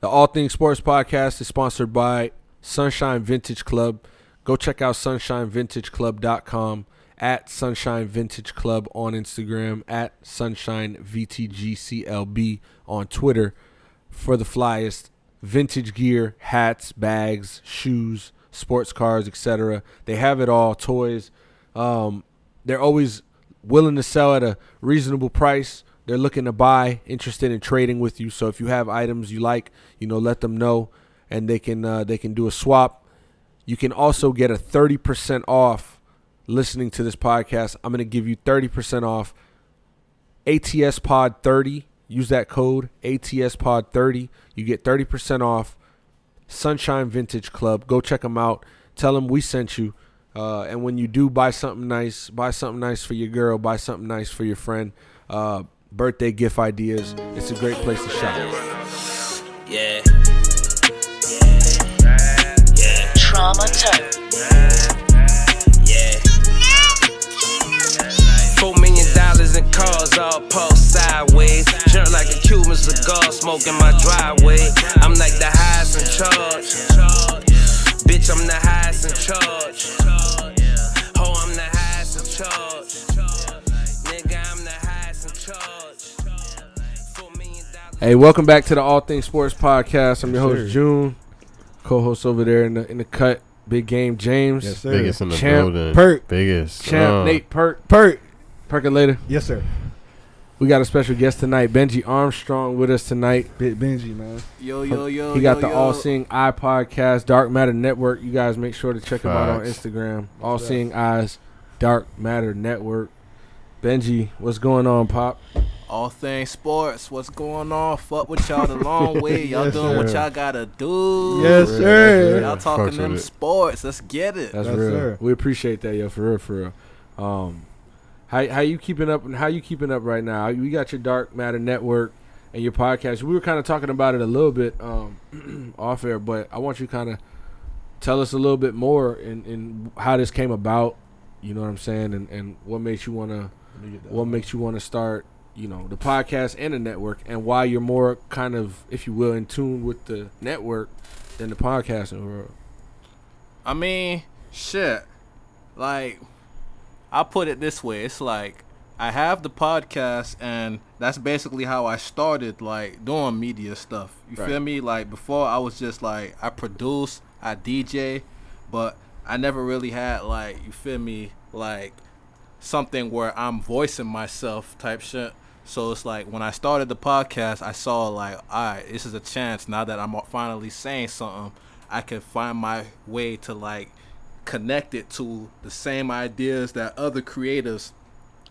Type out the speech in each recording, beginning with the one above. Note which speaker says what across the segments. Speaker 1: The All Things Sports Podcast is sponsored by Sunshine Vintage Club. Go check out sunshinevintageclub.com at Sunshine Vintage Club on Instagram, at Sunshine VTGCLB on Twitter for the flyest vintage gear, hats, bags, shoes, sports cars, etc. They have it all, toys. Um, they're always willing to sell at a reasonable price. They're looking to buy, interested in trading with you. So if you have items you like, you know, let them know, and they can uh, they can do a swap. You can also get a thirty percent off listening to this podcast. I'm going to give you thirty percent off ATS Pod 30. Use that code ATS Pod 30. You get 30% off Sunshine Vintage Club. Go check them out. Tell them we sent you. Uh, and when you do buy something nice, buy something nice for your girl, buy something nice for your friend. Uh, birthday gift ideas. It's a great place to shop.
Speaker 2: Yeah.
Speaker 3: Trauma Turn.
Speaker 2: Yeah. Four million dollars in cars, all pulse sideways. Jump like a Cuban cigar, smoking my driveway. I'm like the highest in charge. Bitch, I'm the highest in charge. Ho, I'm the highest in charge. Nigga, I'm the highest in charge. Four million dollars.
Speaker 1: Hey, welcome back to the All Things Sports Podcast. I'm your host, June. Co host over there in the, in the cut, Big Game James.
Speaker 4: Yes, sir.
Speaker 5: Biggest in the
Speaker 1: Champ
Speaker 5: building.
Speaker 4: Perk.
Speaker 5: Biggest.
Speaker 1: Champ
Speaker 5: Uh,
Speaker 1: Nate Perk.
Speaker 4: Pert.
Speaker 1: Percolator.
Speaker 4: Yes, sir.
Speaker 1: We got a special guest tonight, Benji Armstrong, with us tonight.
Speaker 4: Bit Benji, man.
Speaker 6: Yo, yo, yo.
Speaker 1: He got
Speaker 6: yo,
Speaker 1: the
Speaker 6: yo.
Speaker 1: All Seeing Eye podcast, Dark Matter Network. You guys make sure to check him out on
Speaker 5: Facts.
Speaker 1: Instagram. All Seeing Eyes, Dark Matter Network. Benji, what's going on, Pop?
Speaker 6: All things sports. What's going on? Fuck with y'all the long way. Y'all
Speaker 4: Yes,
Speaker 6: doing what
Speaker 4: sir.
Speaker 6: y'all gotta do.
Speaker 4: Yes,
Speaker 1: real,
Speaker 4: sir.
Speaker 1: that's
Speaker 6: Y'all
Speaker 1: real.
Speaker 5: Fucks
Speaker 6: talking them
Speaker 5: with it.
Speaker 6: sports. Let's get it.
Speaker 1: That's
Speaker 4: Yes,
Speaker 1: real.
Speaker 4: sir.
Speaker 1: We appreciate that, yo. For real, for real. Um, how how you keeping up? How you keeping up right now? We got your Dark Matter Network and your podcast. We were kind of talking about it a little bit um, off air, but I want you kind of tell us a little bit more in, in how this came about. You know what I'm saying, and, and what makes you wanna what makes you wanna start you know the podcast and the network, and why you're more kind of if you will in tune with the network than the podcast. Or,
Speaker 6: I mean, shit. Like, I put it this way. It's like I have the podcast, and that's basically how I started, like doing media stuff. You feel me? Like before, I was just like I produce, I DJ, but I never really had like you feel me like something where I'm voicing myself type shit. So it's like when I started the podcast, I saw like, all right, this is a chance. Now that I'm finally saying something, I can find my way to like connect it to the same ideas that other creatives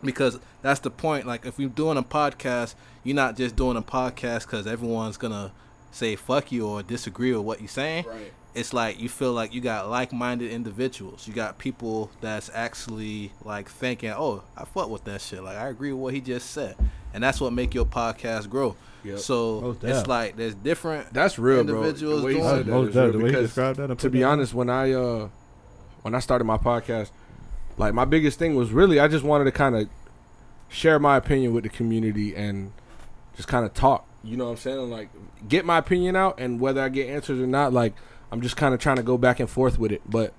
Speaker 6: because that's the point like if you're doing a podcast you're not just doing a podcast because everyone's gonna say fuck you or disagree with what you're saying
Speaker 1: Right.
Speaker 6: it's like you feel like you got like-minded individuals you got people that's actually like thinking oh i fuck with that shit like i agree with what he just said and that's what make your podcast grow
Speaker 1: Yep.
Speaker 4: Oh,
Speaker 6: so
Speaker 4: damn.
Speaker 6: it's like there's different
Speaker 1: That's real, bro.
Speaker 6: Individuals
Speaker 1: The way you
Speaker 6: doing
Speaker 1: said
Speaker 6: it.
Speaker 1: that
Speaker 4: Most
Speaker 1: is real
Speaker 4: definitely. The way you
Speaker 1: because
Speaker 4: described that and
Speaker 1: To
Speaker 4: put
Speaker 1: be
Speaker 4: that out.
Speaker 1: honest, when I uh when I started my podcast, like my biggest thing was really I just wanted to kind of share my opinion with the community and just kind of talk. You know what I'm saying? Like get my opinion out, and whether I get answers or not, like I'm just kind of trying to go back and forth with it, but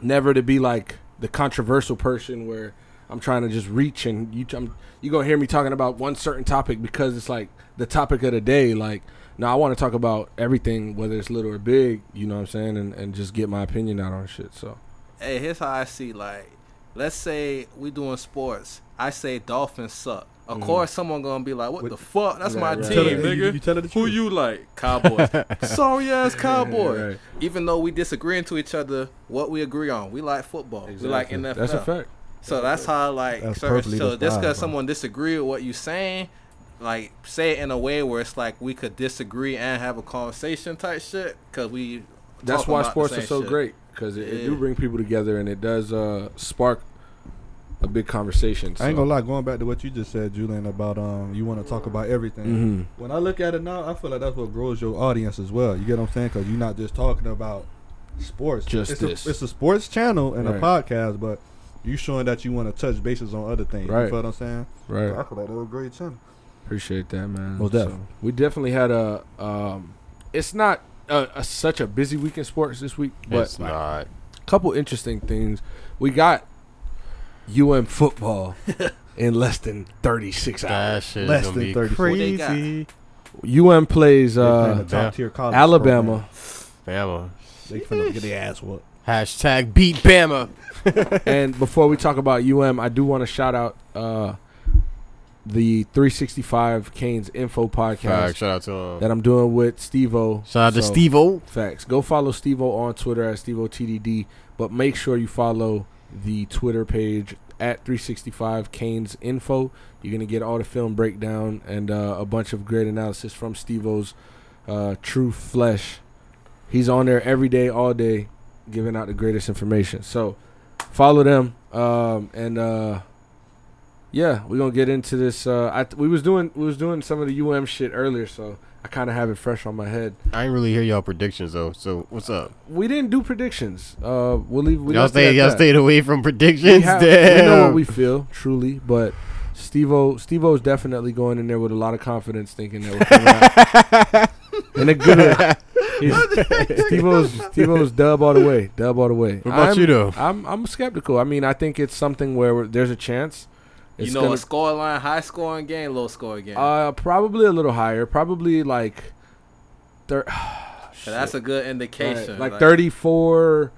Speaker 1: never to be like the controversial person where I'm trying to just reach and you I'm, you gonna hear me talking about one certain topic because it's like the topic of the day. Like, no, I want to talk about everything, whether it's little or big. You know what I'm saying, and and just get my opinion out on shit. So
Speaker 6: hey, here's how I see like, let's say we doing sports. I say Dolphins suck.
Speaker 4: Mm.
Speaker 6: Of course, someone gonna be like, "What, the fuck? That's my
Speaker 4: right.
Speaker 6: team,
Speaker 4: Tell her-
Speaker 6: nigga."
Speaker 4: you- you tell her the
Speaker 6: Who
Speaker 4: truth.
Speaker 6: you like, Cowboys? Sorry ass Cowboys.
Speaker 1: Right.
Speaker 6: Even though we disagreeing to each other, what we agree on, we like football. We like NFL.
Speaker 1: That's a fact.
Speaker 6: So that's how like
Speaker 4: That's
Speaker 6: certain,
Speaker 4: perfectly
Speaker 6: so just
Speaker 4: described, bro.
Speaker 6: because someone disagree with what you saying, like say it in a way where it's like we could disagree and have a conversation type shit because we.
Speaker 1: That's
Speaker 6: talking
Speaker 1: why
Speaker 6: about the
Speaker 1: sports are
Speaker 6: same
Speaker 1: so
Speaker 6: shit.
Speaker 1: great because it, it do
Speaker 6: Yeah.
Speaker 1: bring people together and it does uh spark a big conversation. So.
Speaker 4: I ain't gonna lie. Going back to what you just said, Julian, about um, you want to talk about everything.
Speaker 1: Mhm.
Speaker 4: When I look at it now, I feel like that's what grows your audience as well. You get what I'm saying? Because you're not just talking about sports.
Speaker 1: Just
Speaker 4: it's
Speaker 1: this.
Speaker 4: A, it's a sports channel and a
Speaker 1: Right.
Speaker 4: podcast, but you showing that you want to touch bases on other things.
Speaker 1: Right.
Speaker 4: You feel what I'm saying?
Speaker 1: Right.
Speaker 4: I feel like that's a great channel.
Speaker 1: Appreciate that, man.
Speaker 4: Most def.
Speaker 1: we definitely had a um, it's not a, a, such a busy week in sports this week, but
Speaker 5: it's not.
Speaker 1: a couple interesting things. We got UM football in less than 36 hours.
Speaker 5: That shit
Speaker 4: Less
Speaker 5: is gonna
Speaker 4: than
Speaker 5: be
Speaker 4: 30.
Speaker 6: they got?
Speaker 5: crazy.
Speaker 1: UM plays
Speaker 4: They playing a
Speaker 1: uh,
Speaker 4: top tier college.
Speaker 1: Alabama.
Speaker 5: Bama.
Speaker 4: program. They finna get their ass whooped.
Speaker 5: Hashtag beat Bama.
Speaker 1: and before we talk about UM, I do want to shout out uh, the 365 Canes Info podcast
Speaker 5: Facts. Shout out to him.
Speaker 1: that I'm doing with Steve O.
Speaker 5: Shout out to Steve O.
Speaker 1: Facts. Go follow Steve O on Twitter at Steve O TDD, but make sure you follow the Twitter page at 365 Canes Info. You're going to get all the film breakdown and uh, a bunch of great analysis from Steve O's uh, True Flesh. He's on there every day, all day, giving out the greatest information. So follow them. Um, and uh, yeah, we're going to get into this. Uh, I, we was doing we was doing some of the UM shit earlier, so I kind of have it fresh on my head.
Speaker 5: I ain't really hear y'all predictions though. So what's up?
Speaker 1: We didn't do predictions. Uh, we'll leave. We
Speaker 5: y'all
Speaker 1: left it
Speaker 5: stay,
Speaker 1: at
Speaker 5: y'all
Speaker 1: that.
Speaker 5: stayed away from
Speaker 1: We,
Speaker 5: predictions.
Speaker 1: have-
Speaker 5: Damn.
Speaker 1: we know what we feel truly, but Steve-O, Steve-O's definitely going in there with a lot of confidence, thinking that we're coming out in a good. way. He's- Steve-O's Steve-O's dub all the way, dub all the way.
Speaker 5: What about
Speaker 1: I'm,
Speaker 5: you though?
Speaker 1: I'm I'm skeptical. I mean, I think it's something where we're- there's a chance.
Speaker 6: You
Speaker 1: It's
Speaker 6: know,
Speaker 1: gonna-
Speaker 6: a score line, high scoring game, low scoring game.
Speaker 1: uh, probably a little higher. Probably like, thir-
Speaker 6: So that's a good indication.
Speaker 1: uh, like, like 34,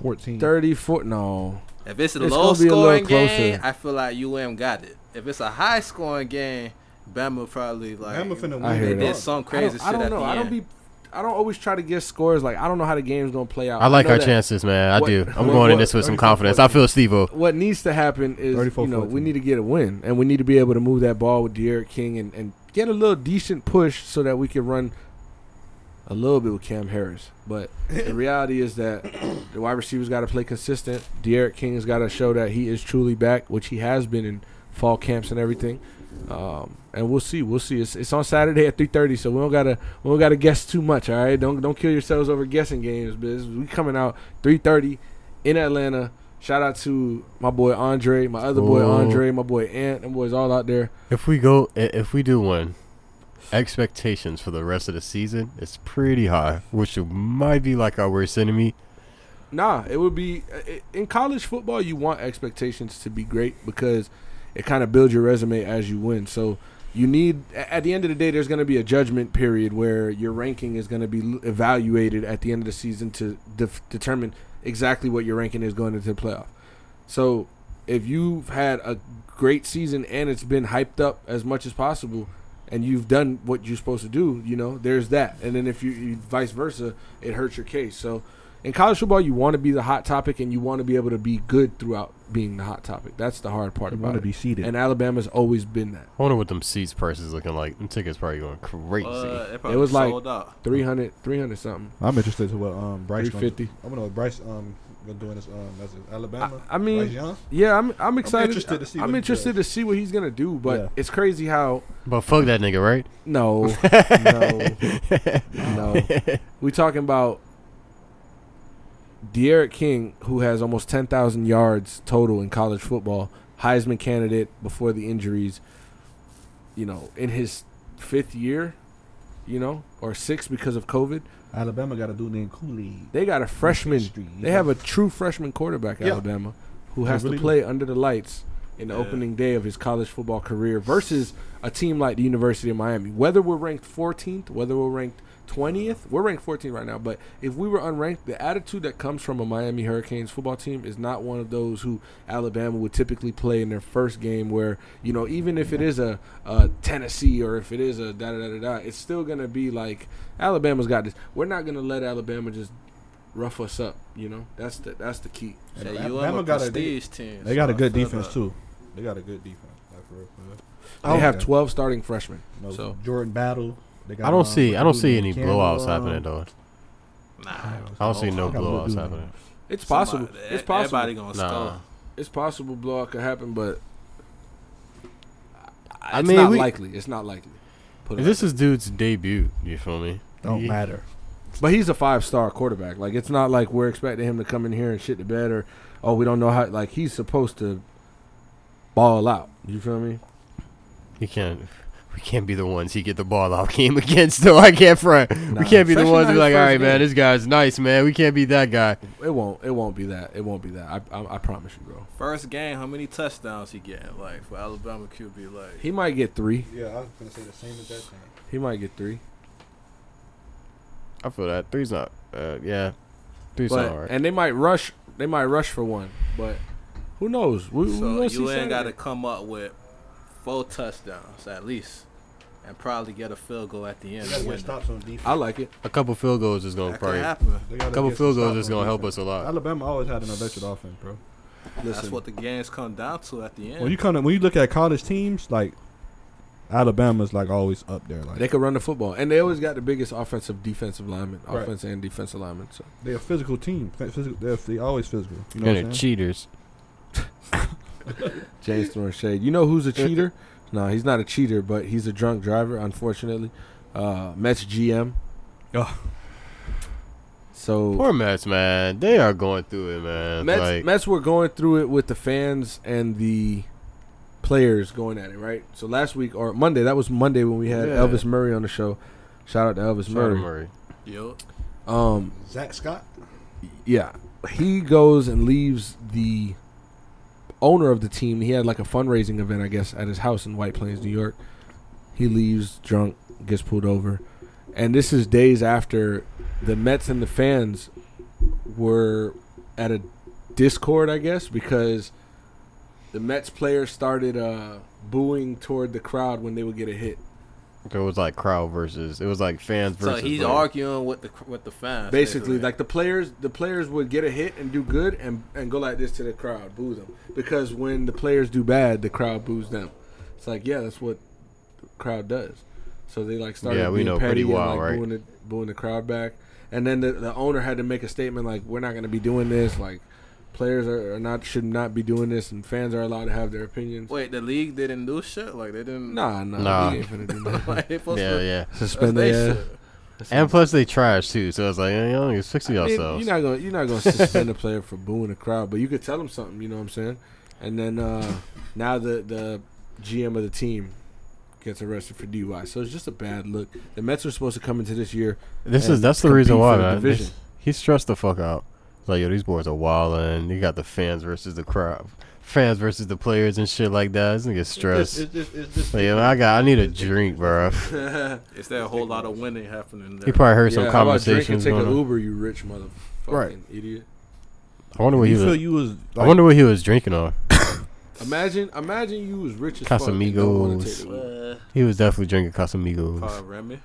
Speaker 4: 14.
Speaker 1: 34. No,
Speaker 6: If it's a
Speaker 1: It's
Speaker 6: low
Speaker 1: gonna be a little
Speaker 6: scoring game,
Speaker 1: closer.
Speaker 6: I feel like UM got it. If it's a high scoring game, Bama probably like
Speaker 4: Bama finna
Speaker 1: I
Speaker 4: win.
Speaker 1: hear
Speaker 6: they
Speaker 1: that.
Speaker 6: did some crazy
Speaker 1: I don't, I don't
Speaker 6: shit
Speaker 1: know.
Speaker 6: at the
Speaker 1: I
Speaker 6: end.
Speaker 1: don't be. I don't always try to guess scores. Like I don't know how the game's gonna play out.
Speaker 5: I like
Speaker 1: know
Speaker 5: our
Speaker 1: that
Speaker 5: chances, man. I
Speaker 1: what-
Speaker 5: do. I'm
Speaker 1: what-
Speaker 5: going in
Speaker 1: what-
Speaker 5: this with some
Speaker 4: 34,
Speaker 5: confidence. I feel Steve-O.
Speaker 1: What needs to happen is you know
Speaker 4: 34-14.
Speaker 1: we need to get a win and we need to be able to move that ball with Derrick King and, and get a little decent push so that we can run a little bit with Cam Harris. But the reality is that the wide receivers got to play consistent. Derrick King has got to show that he is truly back, which he has been in fall camps and everything. Um, and we'll see. We'll see. It's, it's on Saturday at three thirty, so we don't gotta we don't gotta guess too much. All right, don't don't kill yourselves over guessing games. But it's- we coming out three thirty in Atlanta. Shout out to my boy Andre, my other boy
Speaker 5: Ooh.
Speaker 1: Andre, my boy Ant, them boys all out there.
Speaker 5: If we go, i- if we do one, expectations for the rest of the season is pretty high, which might be like our worst enemy.
Speaker 1: Nah, it would be i- in college football. You want expectations to be great because it kind of builds your resume as you win. So you need a- at the end of the day, there's going to be a judgment period where your ranking is going to be l- evaluated at the end of the season to def- determine exactly what your ranking is going into the playoff. So if you've had a great season and it's been hyped up as much as possible and you've done what you're supposed to do, you know, there's that. And then if you, you vice versa, it hurts your case. So in college football, you want to be the hot topic and you want to be able to be good throughout being the hot topic. That's the hard part
Speaker 4: You
Speaker 1: about
Speaker 4: want to
Speaker 1: it.
Speaker 4: be seated.
Speaker 1: and Alabama's always been that.
Speaker 5: I wonder what them seats prices looking like. Them tickets probably going crazy.
Speaker 6: Uh, it,
Speaker 1: It was like-
Speaker 6: sold out.
Speaker 1: 300, 300 something.
Speaker 4: I'm interested to what um Bryce gonna do.
Speaker 1: 350.
Speaker 4: I wanna know what Bryce um gonna do in this um as a Alabama.
Speaker 1: I- I mean,
Speaker 4: Bryce Young?
Speaker 1: Yeah, I'm I'm excited. I'm
Speaker 4: interested to see what
Speaker 1: I'm
Speaker 4: he
Speaker 1: interested to see what he's gonna do, but
Speaker 4: Yeah.
Speaker 1: it's crazy how
Speaker 5: but fuck that nigga, right?
Speaker 1: No, no, no. We talking about De'Aaron King, who has almost ten thousand yards total in college football, Heisman candidate before the injuries. You know, in his fifth year, you know, or sixth because of COVID,
Speaker 4: Alabama got a dude named Cooley.
Speaker 1: they got a freshman.
Speaker 4: Street.
Speaker 1: They have a true freshman quarterback,
Speaker 4: Yeah.
Speaker 1: Alabama, who
Speaker 4: They
Speaker 1: has
Speaker 4: really
Speaker 1: to
Speaker 4: do.
Speaker 1: play under the lights in the opening day of his college football career versus a team like the University of Miami. Whether we're ranked 14th, whether we're ranked 20th, we're ranked 14th right now, but if we were unranked, the attitude that comes from a Miami Hurricanes football team is not one of those who Alabama would typically play in their first game where, you know, even if it is a, a Tennessee or if it is a da da da da da, it's still going to be like Alabama's got this. We're not going to let Alabama just rough us up. You know, that's the that's the key.
Speaker 6: Say
Speaker 4: Alabama
Speaker 6: UM a
Speaker 4: got a- they-
Speaker 6: prestige team.
Speaker 4: They got
Speaker 6: so
Speaker 4: a
Speaker 6: I
Speaker 4: good
Speaker 6: feel
Speaker 4: defense
Speaker 6: that.
Speaker 4: too. They got a good defense. Like for real, for real.
Speaker 1: They have twelve starting freshmen.
Speaker 4: No,
Speaker 1: So
Speaker 4: Jordan Battle. They got
Speaker 5: I don't
Speaker 4: um,
Speaker 5: see. I don't
Speaker 4: dude
Speaker 5: see
Speaker 4: named
Speaker 5: any
Speaker 4: Cameron,
Speaker 5: blowouts
Speaker 4: um,
Speaker 5: happening though.
Speaker 6: Nah,
Speaker 5: I don't see no
Speaker 4: got a little
Speaker 5: blowouts
Speaker 4: dude,
Speaker 5: happening.
Speaker 1: it's
Speaker 6: somebody-
Speaker 1: possible.
Speaker 6: e-
Speaker 1: it's possible.
Speaker 6: Everybody gonna
Speaker 5: Nah.
Speaker 6: score.
Speaker 1: It's possible blowout could happen, but
Speaker 5: I
Speaker 1: it's
Speaker 5: mean,
Speaker 1: not
Speaker 5: we-
Speaker 1: likely. It's not likely. Put it
Speaker 5: This is dude's debut. You feel me?
Speaker 4: Don't
Speaker 5: He-
Speaker 4: matter.
Speaker 1: like- but he's a five star quarterback. Like it's not like we're expecting him to come in here and shit the bed or oh we don't know how. Like he's supposed to ball out. You feel me?
Speaker 5: He can't. we can't be the ones he get the ball out game against though. I can't front. we can't be the
Speaker 4: especially
Speaker 5: ones
Speaker 4: not
Speaker 5: be
Speaker 4: his
Speaker 5: like, all
Speaker 4: first
Speaker 5: right, man,
Speaker 4: game."
Speaker 5: this guy's nice, man. We can't be that guy.
Speaker 1: It won't. It won't be that. It won't be that. I I, I promise you, bro.
Speaker 6: First game, how many touchdowns he getting? Like for Alabama QB, like
Speaker 1: He might get three.
Speaker 4: Yeah, I was gonna say the same as that thing.
Speaker 1: He might get three.
Speaker 5: I feel that three's not. Uh, yeah, three's
Speaker 1: But
Speaker 5: not all right.
Speaker 1: and they might rush. They might rush for one. But who knows? We, we
Speaker 6: so
Speaker 1: will see
Speaker 6: you ain't got to
Speaker 1: Saturday.
Speaker 6: come up with four touchdowns at least, and probably get a field goal at the end.
Speaker 4: They
Speaker 6: to
Speaker 4: gotta
Speaker 6: win
Speaker 4: get
Speaker 6: it.
Speaker 4: stops on defense.
Speaker 1: I like it.
Speaker 5: a couple field goals is gonna
Speaker 6: That
Speaker 5: Oh,
Speaker 6: could
Speaker 5: probably. A
Speaker 6: happen.
Speaker 4: They gotta
Speaker 5: couple
Speaker 4: get some
Speaker 5: field goals
Speaker 4: stops
Speaker 5: is
Speaker 4: on
Speaker 5: gonna help
Speaker 4: defense.
Speaker 5: us a lot.
Speaker 4: Alabama always had an electric offense, bro.
Speaker 6: That's
Speaker 1: Listen,
Speaker 6: what the games come down to at the end.
Speaker 4: When you kind of when you look at college teams, like Alabama's like always up there. Like
Speaker 1: they could run the football, and they always got the biggest offensive, defensive lineman,
Speaker 4: Right.
Speaker 1: offensive and defensive lineman. So
Speaker 4: they're a physical team. Phy- Physical, they're, they always physical. You know
Speaker 5: and
Speaker 4: what
Speaker 5: they're
Speaker 4: I'm saying?
Speaker 5: cheaters.
Speaker 1: James throwing shade. You know who's a cheater? no, he's not a cheater, but he's a drunk driver, unfortunately. Uh, Mets GM.
Speaker 4: Oh.
Speaker 1: So
Speaker 5: Poor Mets, man. They are going through it, man.
Speaker 1: Mets,
Speaker 5: like,
Speaker 1: Mets were going through it with the fans and the players going at it, right? So last week or Monday, that was Monday when we had
Speaker 5: Yeah.
Speaker 1: Elvis Murray on the show. Shout out to Elvis
Speaker 5: Sean
Speaker 1: Murray.
Speaker 5: Murray.
Speaker 6: Yo,
Speaker 1: Um,
Speaker 4: Zach Scott.
Speaker 1: yeah, he goes and leaves the owner of the team. He had like a fundraising event, I guess, at his house in White Plains, New York. He leaves drunk, gets pulled over, and this is days after the Mets and the fans were at a discord, I guess, because the Mets players started uh, booing toward the crowd when they would get a hit.
Speaker 5: It was like crowd versus. It was like fans
Speaker 6: so
Speaker 5: versus.
Speaker 6: he's
Speaker 5: players.
Speaker 6: arguing with the with the fans.
Speaker 1: basically like the players the players would get a hit and do good and and go like this to the crowd boo them because when the players do bad the crowd boos them it's like yeah that's what the crowd does so they like started
Speaker 5: Yeah, we
Speaker 1: being
Speaker 5: know
Speaker 1: petty
Speaker 5: pretty
Speaker 1: and,
Speaker 5: wild,
Speaker 1: like,
Speaker 5: right?
Speaker 1: booing, the, booing the crowd back and then the, the owner had to make a statement like we're not going to be doing this like players are, are not should not be doing this and fans are allowed to have their opinions
Speaker 6: wait, the league didn't do shit. Like they didn't.
Speaker 1: nah nah,
Speaker 5: Nah.
Speaker 1: we ain't finna do that.
Speaker 6: like, they supposed
Speaker 5: Yeah,
Speaker 6: to-
Speaker 5: yeah.
Speaker 1: suspend
Speaker 6: They
Speaker 1: their ass.
Speaker 6: should.
Speaker 5: And plus they trash too. So it's like, eh, y'all niggas fixing
Speaker 1: I mean,
Speaker 5: yourselves.
Speaker 1: you're not gonna you're not gonna suspend a player for booing a crowd, but you could tell them something. You know what I'm saying? And then uh, now the the GM of the team gets arrested for DUI, so it's just a bad look. The Mets are supposed to come into this year.
Speaker 5: this is
Speaker 1: and
Speaker 5: that's the
Speaker 1: compete
Speaker 5: reason
Speaker 1: for
Speaker 5: why,
Speaker 1: the
Speaker 5: man.
Speaker 1: division.
Speaker 5: This- he stressed the fuck out. It's Like, yo, these boys are wildin'. You got the fans versus the crowd, fans versus the players and shit like that. This nigga
Speaker 4: It's,
Speaker 5: stressed.
Speaker 4: it's, it's, it's just
Speaker 5: Like, yo, I got, I need a drink, bro.
Speaker 6: Is there a whole lot of winning happening there?
Speaker 5: He probably heard
Speaker 1: Yeah,
Speaker 5: some
Speaker 1: how about drink and
Speaker 5: conversations
Speaker 1: take
Speaker 5: going
Speaker 1: an
Speaker 5: on.
Speaker 1: Uber, you rich motherfucking
Speaker 4: Right.
Speaker 1: idiot.
Speaker 5: I wonder what he
Speaker 4: you feel
Speaker 5: was.
Speaker 4: you was.
Speaker 5: I wonder what he was drinking on.
Speaker 1: Imagine, imagine you was rich as fuck. and don't wanna take
Speaker 5: Casamigos.
Speaker 1: the Uber.
Speaker 5: He was definitely drinking Casamigos.
Speaker 6: Probably uh, Remy. You know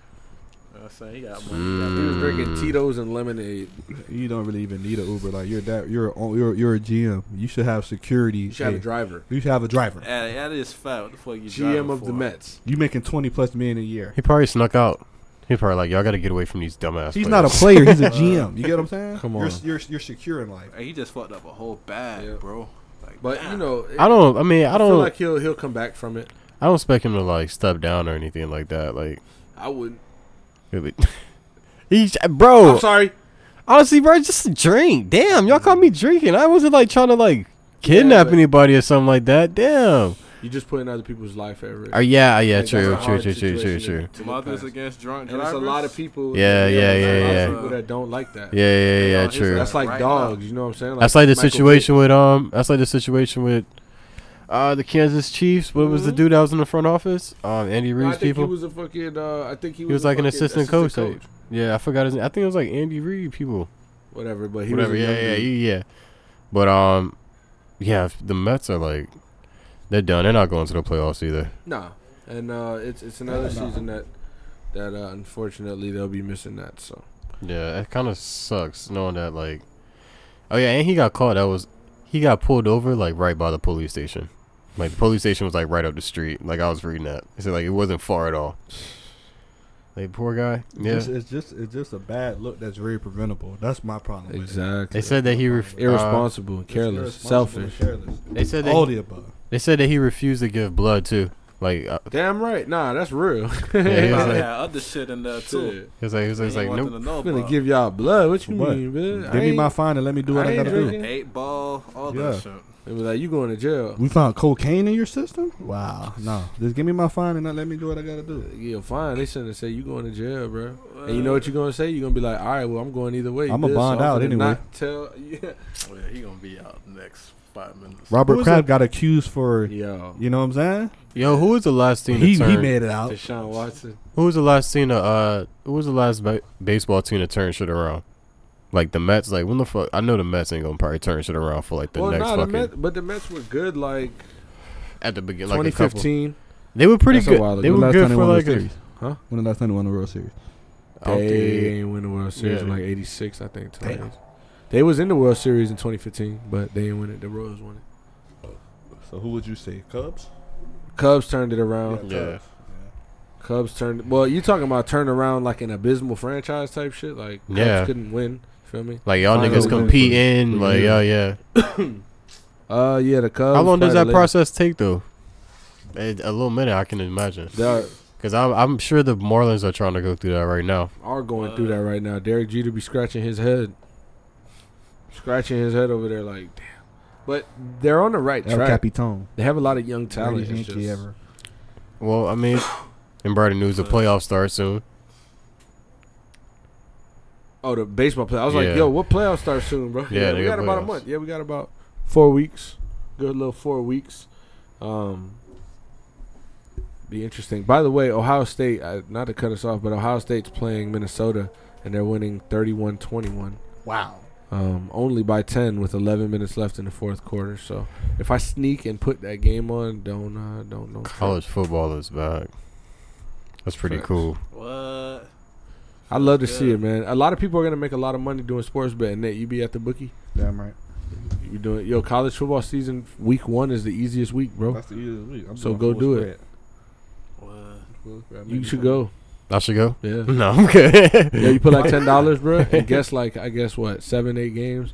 Speaker 6: what I'm saying he got
Speaker 5: Mm.
Speaker 6: money.
Speaker 1: He was drinking Tito's and lemonade.
Speaker 4: You don't really even need an Uber. Like you're that. You're a, you're you're a GM. You should have security.
Speaker 1: You should have a
Speaker 4: Hey,
Speaker 1: driver.
Speaker 4: You should have a driver.
Speaker 6: Hey, that is fat. What the fuck you
Speaker 1: GM of the
Speaker 6: Mets.
Speaker 1: Mets.
Speaker 4: You making twenty plus million a year.
Speaker 5: He probably snuck out. He probably like, y'all got to get away from these dumbass.
Speaker 4: He's
Speaker 5: players.
Speaker 4: not a player. He's a GM. You get what I'm saying?
Speaker 1: Come
Speaker 4: You're
Speaker 1: on.
Speaker 4: you're, you're secure in life.
Speaker 6: Hey, he just fucked up a whole bag,
Speaker 1: Yeah.
Speaker 6: bro. Like,
Speaker 1: But you know,
Speaker 5: I don't. I mean,
Speaker 1: feel
Speaker 5: I don't.
Speaker 1: like he'll he'll come back from it.
Speaker 5: I don't expect him to like step down or anything like that. Like,
Speaker 1: I wouldn't.
Speaker 5: it would- he's bro.
Speaker 1: I'm sorry.
Speaker 5: Honestly, bro, just a drink. Damn, y'all caught me drinking. I wasn't like trying to like kidnap
Speaker 1: but-
Speaker 5: anybody or something like that. Damn.
Speaker 1: You just putting other people's life at risk.
Speaker 5: Or Oh, yeah, yeah,
Speaker 1: Like, that's a
Speaker 5: true, true,
Speaker 1: hard
Speaker 5: true, true, true,
Speaker 1: situation
Speaker 5: true.
Speaker 1: to- to
Speaker 6: mothers
Speaker 1: get past.
Speaker 6: against drunk
Speaker 1: And
Speaker 6: drivers.
Speaker 1: it's a lot of people.
Speaker 5: Yeah,
Speaker 1: there's
Speaker 5: yeah, yeah,
Speaker 1: a lot of
Speaker 5: yeah.
Speaker 1: people that don't like that.
Speaker 5: Yeah, yeah, yeah, yeah
Speaker 6: it's
Speaker 5: true.
Speaker 1: That's like
Speaker 6: Right
Speaker 1: dogs.
Speaker 6: now.
Speaker 1: You know what I'm saying?
Speaker 5: That's like the
Speaker 1: Michael
Speaker 5: situation with um. That's like the situation with uh the Kansas Chiefs. What was the
Speaker 1: Mhm.
Speaker 5: dude that was in the front office? Um, Andy
Speaker 1: Pitt. No, I
Speaker 5: Reid's
Speaker 1: think
Speaker 5: people.
Speaker 1: he was a fucking. Uh, I think he was.
Speaker 5: was
Speaker 1: a
Speaker 5: like an
Speaker 1: fucking
Speaker 5: assistant coach, like- yeah, I forgot his. name. I think it was like Andy Reid people.
Speaker 1: Whatever, but he
Speaker 5: Whatever.
Speaker 1: was. a
Speaker 5: Yeah,
Speaker 1: young
Speaker 5: yeah,
Speaker 1: dude.
Speaker 5: yeah, yeah. But um, yeah, if the Mets are like, they're done. They're not going to the playoffs either.
Speaker 1: Nah, and uh, it's it's another season that that uh, unfortunately they'll be missing that. So
Speaker 5: Yeah, it kind of sucks knowing that. Like, oh yeah, and he got caught. That was he got pulled over like right by the police station. Like the police station was like right up the street. Like I was reading that. It said like it wasn't far at all. Like poor guy. Yeah.
Speaker 4: It's, it's just it's just a bad look that's very preventable. That's my problem. with it.
Speaker 1: exactly,
Speaker 5: They said that he ref- uh,
Speaker 1: irresponsible, and
Speaker 4: It's
Speaker 1: careless,
Speaker 4: irresponsible and
Speaker 1: selfish.
Speaker 4: careless.
Speaker 5: they said
Speaker 4: all
Speaker 5: they,
Speaker 4: the above.
Speaker 5: they said that he refused to give blood too. Like uh,
Speaker 1: Damn right. Nah, that's real.
Speaker 5: Yeah, he was
Speaker 6: Probably
Speaker 5: like-
Speaker 6: had other shit in there too.
Speaker 1: Shit.
Speaker 5: he was like he was,
Speaker 6: They
Speaker 5: like
Speaker 6: want
Speaker 5: nope.
Speaker 6: them to know
Speaker 1: I'm gonna
Speaker 6: about.
Speaker 1: give y'all blood. What you
Speaker 4: What?
Speaker 1: mean, bitch? I
Speaker 4: Give me
Speaker 1: ain't-
Speaker 4: my fine and let me do what
Speaker 1: I
Speaker 4: I,
Speaker 1: ain't
Speaker 4: gotta
Speaker 1: drinking.
Speaker 4: do.
Speaker 6: eight ball, all
Speaker 4: Yeah.
Speaker 6: that shit.
Speaker 1: It was like you going to jail.
Speaker 4: We found cocaine in your system? Wow. No. Just give me my fine and not let me do what I gotta do.
Speaker 1: Yeah, fine. They shouldn't have said you going to jail, bro. And you know what you're gonna say? You're gonna be like, all right, well, I'm going either way.
Speaker 4: I'ma
Speaker 1: This,
Speaker 4: bond out
Speaker 1: gonna
Speaker 4: anyway.
Speaker 1: Not tell. Yeah.
Speaker 6: Oh, yeah, he gonna be out next five minutes.
Speaker 4: Robert
Speaker 1: Who is
Speaker 4: Kraft
Speaker 1: it?
Speaker 4: got accused for
Speaker 1: Yo,
Speaker 4: you know what I'm saying?
Speaker 5: Yo, who was the last team?
Speaker 4: He
Speaker 5: to turn,
Speaker 4: he made it out.
Speaker 1: Deshaun Watson.
Speaker 5: Who was the last team to uh? Who was the last ba- baseball team to turn shit around? Like the Mets. Like when the fuck? I know the Mets ain't gonna probably turn shit around for like the
Speaker 1: well,
Speaker 5: next
Speaker 1: nah, the
Speaker 5: fucking
Speaker 1: Mets, but the Mets were good like
Speaker 5: at the beginning. Like a couple.
Speaker 1: 2015.
Speaker 5: They were pretty
Speaker 1: That's a while
Speaker 5: good. They
Speaker 1: ago.
Speaker 4: When the
Speaker 5: were
Speaker 4: last
Speaker 5: good
Speaker 4: time they
Speaker 5: for
Speaker 4: won the
Speaker 5: like a.
Speaker 4: series?
Speaker 1: Huh?
Speaker 4: When the last time they won the World Series?
Speaker 5: I don't
Speaker 1: They
Speaker 5: think-
Speaker 1: ain't win the World Series in
Speaker 5: Yeah.
Speaker 1: like '86, I think. to
Speaker 4: Damn.
Speaker 1: like- They was in the World Series in 2015, but they didn't win it. The Royals won it.
Speaker 4: So who would you say? Cubs?
Speaker 1: Cubs turned it around.
Speaker 5: Yeah.
Speaker 4: Cubs.
Speaker 1: Cubs turned. Well, you talking about turn around like an abysmal franchise type shit? Like Cubs
Speaker 5: Yeah.
Speaker 1: couldn't win. Feel me?
Speaker 5: Like y'all
Speaker 1: Finally
Speaker 5: niggas
Speaker 1: win
Speaker 5: competing,
Speaker 1: for- for
Speaker 5: like
Speaker 1: you.
Speaker 5: yeah, yeah.
Speaker 1: Uh, yeah, the Cubs.
Speaker 5: How long
Speaker 1: probably
Speaker 5: does that
Speaker 1: led-
Speaker 5: process take though? A, a little minute, I can imagine.
Speaker 1: They are,
Speaker 5: Cause I'm, I'm sure the Marlins are trying to go through that right now.
Speaker 1: are going through that right now. Derek Jeter be scratching his head, scratching his head over there, like damn. But they're on the right
Speaker 4: El
Speaker 1: track.
Speaker 4: Capitone.
Speaker 1: They have a lot of young talent. It's
Speaker 4: Greatest Yankee
Speaker 1: just-
Speaker 4: ever.
Speaker 5: Well, I mean, in brighter news, the playoffs start soon.
Speaker 1: Oh, the baseball play. I was
Speaker 5: Yeah.
Speaker 1: like, yo, what playoffs start soon, bro?
Speaker 5: Yeah, they
Speaker 1: we
Speaker 5: got
Speaker 1: got about a
Speaker 5: playoffs.
Speaker 1: month. Yeah, we got about four weeks. Good little four weeks. Um, be interesting. By the way, Ohio State, uh, not to cut us off, but Ohio State's playing Minnesota, and they're winning 31 21.
Speaker 4: Wow.
Speaker 1: Um, only by 10 with 11 minutes left in the fourth quarter. So if I sneak and put that game on, don't, uh, don't, don't. trip.
Speaker 5: College football is back. That's pretty
Speaker 1: Facts.
Speaker 5: cool.
Speaker 6: What?
Speaker 1: I love to see
Speaker 6: Yeah.
Speaker 1: it, man. A lot of people are going to make a lot of money doing sports betting. Nate, you be at the bookie?
Speaker 4: Damn right.
Speaker 1: You doing yo college football season week one is the easiest week, bro.
Speaker 4: That's the easiest week. I'm
Speaker 1: So
Speaker 4: doing
Speaker 1: go
Speaker 4: full
Speaker 1: do
Speaker 4: spread.
Speaker 1: it.
Speaker 6: What?
Speaker 4: Full spread.
Speaker 1: You
Speaker 4: Maybe
Speaker 1: should
Speaker 4: some-
Speaker 1: go.
Speaker 5: I should go.
Speaker 1: Yeah.
Speaker 5: No, I'm good.
Speaker 1: yeah, you put like ten dollars, bro, and guess like I guess what seven eight games,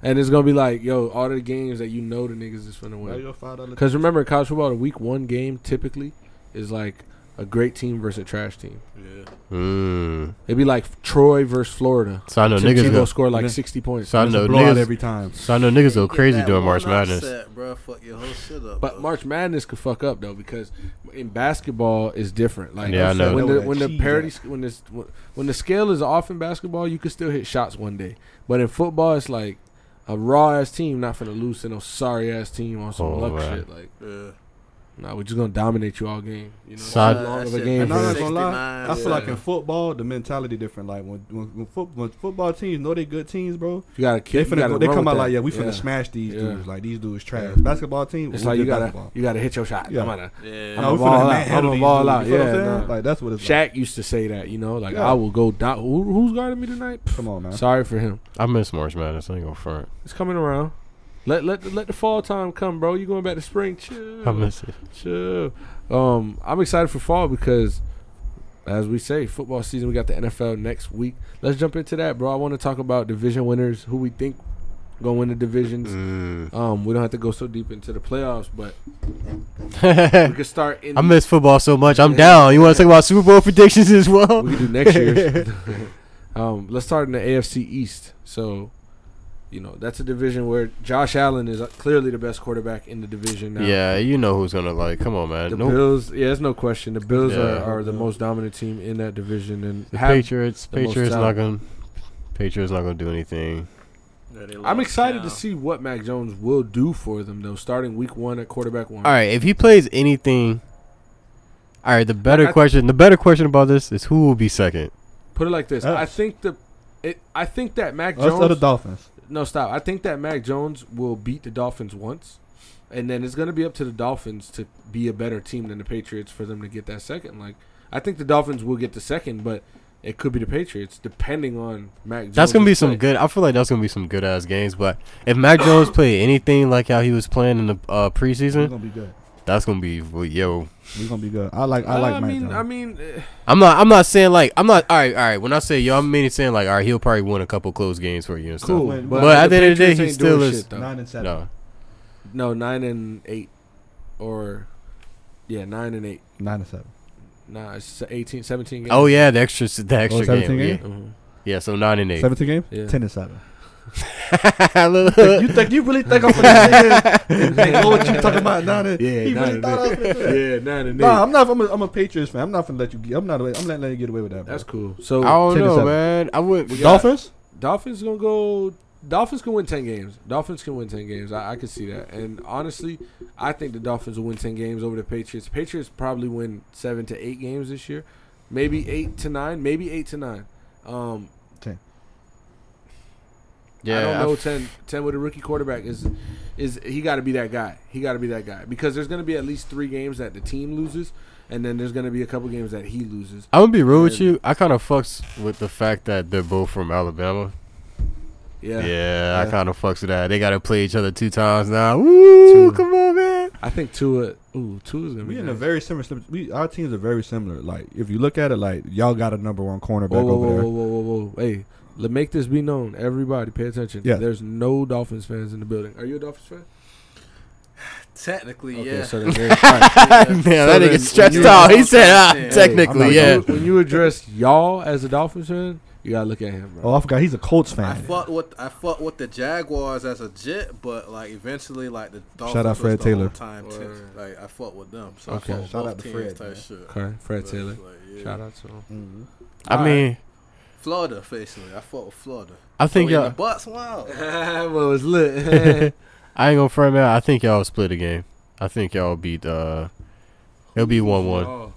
Speaker 1: and it's gonna be like yo all the games that you know the niggas is finna
Speaker 4: Buy
Speaker 1: win.
Speaker 4: your $5
Speaker 1: Because remember, college football, the week one game typically is like a great team versus a trash team.
Speaker 6: Yeah.
Speaker 5: Mm.
Speaker 1: It'd be like Troy versus Florida.
Speaker 5: So I know
Speaker 1: Tim
Speaker 5: niggas
Speaker 1: Tebow
Speaker 5: go.
Speaker 1: score like
Speaker 4: Yeah.
Speaker 1: sixty points.
Speaker 5: So I
Speaker 4: It's a
Speaker 5: know
Speaker 4: blowout
Speaker 5: niggas.
Speaker 4: every time.
Speaker 5: so I know niggas go
Speaker 6: Get
Speaker 5: crazy
Speaker 6: that
Speaker 5: during March
Speaker 6: one
Speaker 5: Madness.
Speaker 6: upset, bro. Fuck your whole shit up.
Speaker 1: But
Speaker 5: Uh,
Speaker 6: bro.
Speaker 1: March Madness could fuck up though because in basketball it's different. Like
Speaker 5: Yeah, I know.
Speaker 1: when
Speaker 4: Know
Speaker 1: the
Speaker 4: that
Speaker 1: when the
Speaker 4: cheese
Speaker 1: parity
Speaker 4: at.
Speaker 1: sc- when this when the scale is off in basketball, you could still hit shots one day. But in football, it's like a raw ass team not finna lose to no sorry ass team on some
Speaker 5: Oh,
Speaker 1: luck
Speaker 5: man.
Speaker 1: shit. Like
Speaker 6: Yeah.
Speaker 1: nah, we're just gonna dominate you all game. You know, it's
Speaker 5: Side-
Speaker 1: too long of a
Speaker 6: That
Speaker 1: game.
Speaker 6: shit-
Speaker 4: And I'm
Speaker 1: for
Speaker 4: not
Speaker 1: this.
Speaker 4: gonna lie,
Speaker 6: 69,
Speaker 4: I feel
Speaker 6: yeah.
Speaker 4: like in football, the mentality different. Like when when, when, foot, when football teams know they good teams, bro,
Speaker 1: You gotta
Speaker 4: they
Speaker 1: kill. you
Speaker 4: finna
Speaker 1: gotta
Speaker 4: go, they
Speaker 1: run
Speaker 4: come
Speaker 1: with
Speaker 4: out
Speaker 1: that.
Speaker 4: like, yeah, we finna smash these
Speaker 1: Yeah.
Speaker 4: dudes. Like these dudes trash.
Speaker 1: Yeah.
Speaker 4: Basketball team,
Speaker 1: It's
Speaker 4: we
Speaker 1: like you
Speaker 4: good
Speaker 1: gotta
Speaker 4: basketball.
Speaker 1: you gotta hit your shot.
Speaker 4: Yeah.
Speaker 1: I'm gonna
Speaker 6: Yeah.
Speaker 1: I'm
Speaker 4: Nah,
Speaker 1: a
Speaker 4: we
Speaker 1: ball
Speaker 4: finna
Speaker 1: out.
Speaker 4: manhandle
Speaker 1: I'm a
Speaker 4: these
Speaker 1: ball
Speaker 4: dudes.
Speaker 1: out.
Speaker 4: You feel what I'm
Speaker 1: Yeah,
Speaker 4: saying?
Speaker 1: nah.
Speaker 4: like that's what it's like.
Speaker 1: Shaq used to say that. You know, like
Speaker 4: Yeah.
Speaker 1: I will go down. Who, who's guarding me tonight?
Speaker 4: Come on, man.
Speaker 1: Sorry for him.
Speaker 5: I miss March Madness. I ain't gonna front.
Speaker 1: It's coming around. Let let the- let the fall time come, bro. You going back to spring? Chill,
Speaker 5: I miss it.
Speaker 1: chill. Um, I'm excited for fall because, as we say, football season. We got the NFL next week. Let's jump into that, bro. I want to talk about division winners, who we think gonna win the divisions.
Speaker 5: Mm.
Speaker 1: Um, we don't have to go so deep into the playoffs, but we could start in.
Speaker 5: I miss football so much. I'm down. You want to talk about Super Bowl predictions as well?
Speaker 1: we can do next year's. um, let's start in the AFC East. So, you know, that's a division where Josh Allen is uh, clearly the best quarterback in the division now.
Speaker 5: Yeah, you know who's gonna like. Come on,
Speaker 1: The
Speaker 5: man. No
Speaker 1: Bills, yeah, there's no question. The Bills
Speaker 5: Yeah.
Speaker 1: are, are the most dominant team in that division, and
Speaker 5: The
Speaker 1: have-
Speaker 5: Patriots.
Speaker 1: the most
Speaker 5: Patriots not
Speaker 1: talent.
Speaker 5: gonna. Patriots not gonna do anything.
Speaker 6: Yeah, they
Speaker 1: I'm
Speaker 6: lost
Speaker 1: excited
Speaker 6: now.
Speaker 1: to see what Mac Jones will do for them, though. Starting Week One at quarterback one.
Speaker 5: All right, if he plays anything. All right, the better
Speaker 1: Like, I-
Speaker 5: question. The better question about this is who will be second.
Speaker 1: Put it like this:
Speaker 4: Uh,
Speaker 1: I think the, it, I think that Mac
Speaker 4: Us or the
Speaker 1: Jones.
Speaker 4: Dolphins.
Speaker 1: no, stop. I think that Mac Jones will beat the Dolphins once, and then it's going to be up to the Dolphins to be a better team than the Patriots for them to get that second. Like, I think the Dolphins will get the second, but it could be the Patriots, depending on Mac. Jones
Speaker 5: That's gonna be some good. I feel like that's gonna be some good ass games. But if Mac Jones play anything like how he was playing in the uh,
Speaker 4: We're
Speaker 5: preseason,
Speaker 4: gonna be good.
Speaker 5: that's gonna be well, yo.
Speaker 4: We're gonna be good. I like I like
Speaker 1: I
Speaker 4: Mike
Speaker 1: mean,
Speaker 4: Jones.
Speaker 1: I mean. eh,
Speaker 5: I'm not. I'm not saying like. I'm not. All right. All right. When I say yo, I'm meaning saying like. All right. He'll probably win a couple close games for you and
Speaker 1: Cool.
Speaker 5: stuff.
Speaker 4: But
Speaker 5: But at the end of the day,
Speaker 1: Patriots
Speaker 5: he
Speaker 1: ain't
Speaker 5: still
Speaker 1: doing
Speaker 5: is.
Speaker 1: shit, though.
Speaker 4: Nine and seven.
Speaker 5: No.
Speaker 1: No, nine and eight, or yeah, nine and eight.
Speaker 4: Nine and seven.
Speaker 1: Nah, it's 18, 17 games.
Speaker 5: Oh yeah, the extra the extra game.
Speaker 4: 17
Speaker 5: Yeah.
Speaker 4: game?
Speaker 1: Mhm.
Speaker 5: yeah. So nine and eight.
Speaker 4: Seventeen game.
Speaker 1: Yeah.
Speaker 4: Ten and seven. You think you really think I'm gonna sit here and know what you talking about now? That
Speaker 5: Yeah,
Speaker 4: he
Speaker 5: nah,
Speaker 4: really thought I was gonna do that.
Speaker 1: yeah, nine and eight.
Speaker 4: Nah, I'm not. I'm a, I'm a Patriots fan. I'm not gonna let you. Get, I'm not. I'm not letting you get away with that.
Speaker 1: That's
Speaker 4: That's
Speaker 1: cool. So
Speaker 5: I don't
Speaker 4: Ten to
Speaker 5: know,
Speaker 4: seven.
Speaker 5: man. I would.
Speaker 1: We got-
Speaker 4: Dolphins.
Speaker 1: Dolphins gonna go. Dolphins can win ten games. Dolphins can win ten games. I, I can see that. And honestly, I think the Dolphins will win ten games over the Patriots. Patriots probably win seven to eight games this year, maybe eight to nine, maybe eight to nine. Um,
Speaker 5: yeah,
Speaker 1: I don't know
Speaker 5: f-
Speaker 1: 10, 10 with a rookie quarterback is is he got to be that guy. He got to be that guy because there's going to be at least 3 games that the team loses and then there's going to be a couple games that he loses.
Speaker 5: I'm gonna be real with
Speaker 1: Yeah.
Speaker 5: you. I kind of fucks with the fact that they're both from Alabama.
Speaker 1: Yeah.
Speaker 5: Yeah,
Speaker 4: Yeah.
Speaker 5: I kind of fucks with that. They gotta play each other two times now. Woo,
Speaker 1: Two.
Speaker 5: come on, man.
Speaker 1: I think Tua ooh, Tua's going to be
Speaker 4: We in a
Speaker 1: nice.
Speaker 4: very similar. sim- We our teams are very similar. Like if you look at it, like y'all got a number one
Speaker 1: Whoa,
Speaker 4: cornerback
Speaker 1: whoa,
Speaker 4: over
Speaker 1: whoa,
Speaker 4: there.
Speaker 1: whoa, whoa, whoa, whoa. Hey, let make this be known. Everybody pay attention.
Speaker 4: Yeah.
Speaker 1: There's no Dolphins fans in the building. Are you a Dolphins fan?
Speaker 6: Technically, yeah.
Speaker 1: so then there- all right.
Speaker 5: Man, that
Speaker 1: then
Speaker 5: nigga stretched
Speaker 1: when you-
Speaker 5: out. He said, ah,
Speaker 6: Hey,
Speaker 5: technically,
Speaker 4: I'm not
Speaker 5: yeah.
Speaker 1: When you, when you address y'all as a Dolphins fan, you got to look at him, bro.
Speaker 4: Oh, I forgot he's a Colts
Speaker 6: I
Speaker 4: fan.
Speaker 6: fought with I fought with the Jaguars as a jit, but like eventually like the Dolphins
Speaker 4: out
Speaker 6: was
Speaker 4: Fred
Speaker 6: the
Speaker 4: Taylor.
Speaker 6: whole Time team.
Speaker 1: Word.
Speaker 6: Like I fought with them, so
Speaker 1: Okay.
Speaker 6: I fought with
Speaker 4: Shout
Speaker 6: both
Speaker 4: out to
Speaker 6: teams
Speaker 4: Fred,
Speaker 6: type
Speaker 4: man.
Speaker 6: shit.
Speaker 1: Okay, Fred
Speaker 6: But,
Speaker 1: Taylor.
Speaker 6: like, yeah.
Speaker 1: Shout out to him.
Speaker 5: I
Speaker 1: Alright.
Speaker 5: mean,
Speaker 6: Florida, basically. I fought with Florida.
Speaker 5: I think
Speaker 6: oh, in the
Speaker 5: y'all.
Speaker 6: Bucks. Wow.
Speaker 1: well, it's lit.
Speaker 5: I ain't gonna front man. I think y'all split a game. I think y'all beat. uh It'll be one one.
Speaker 1: Oh,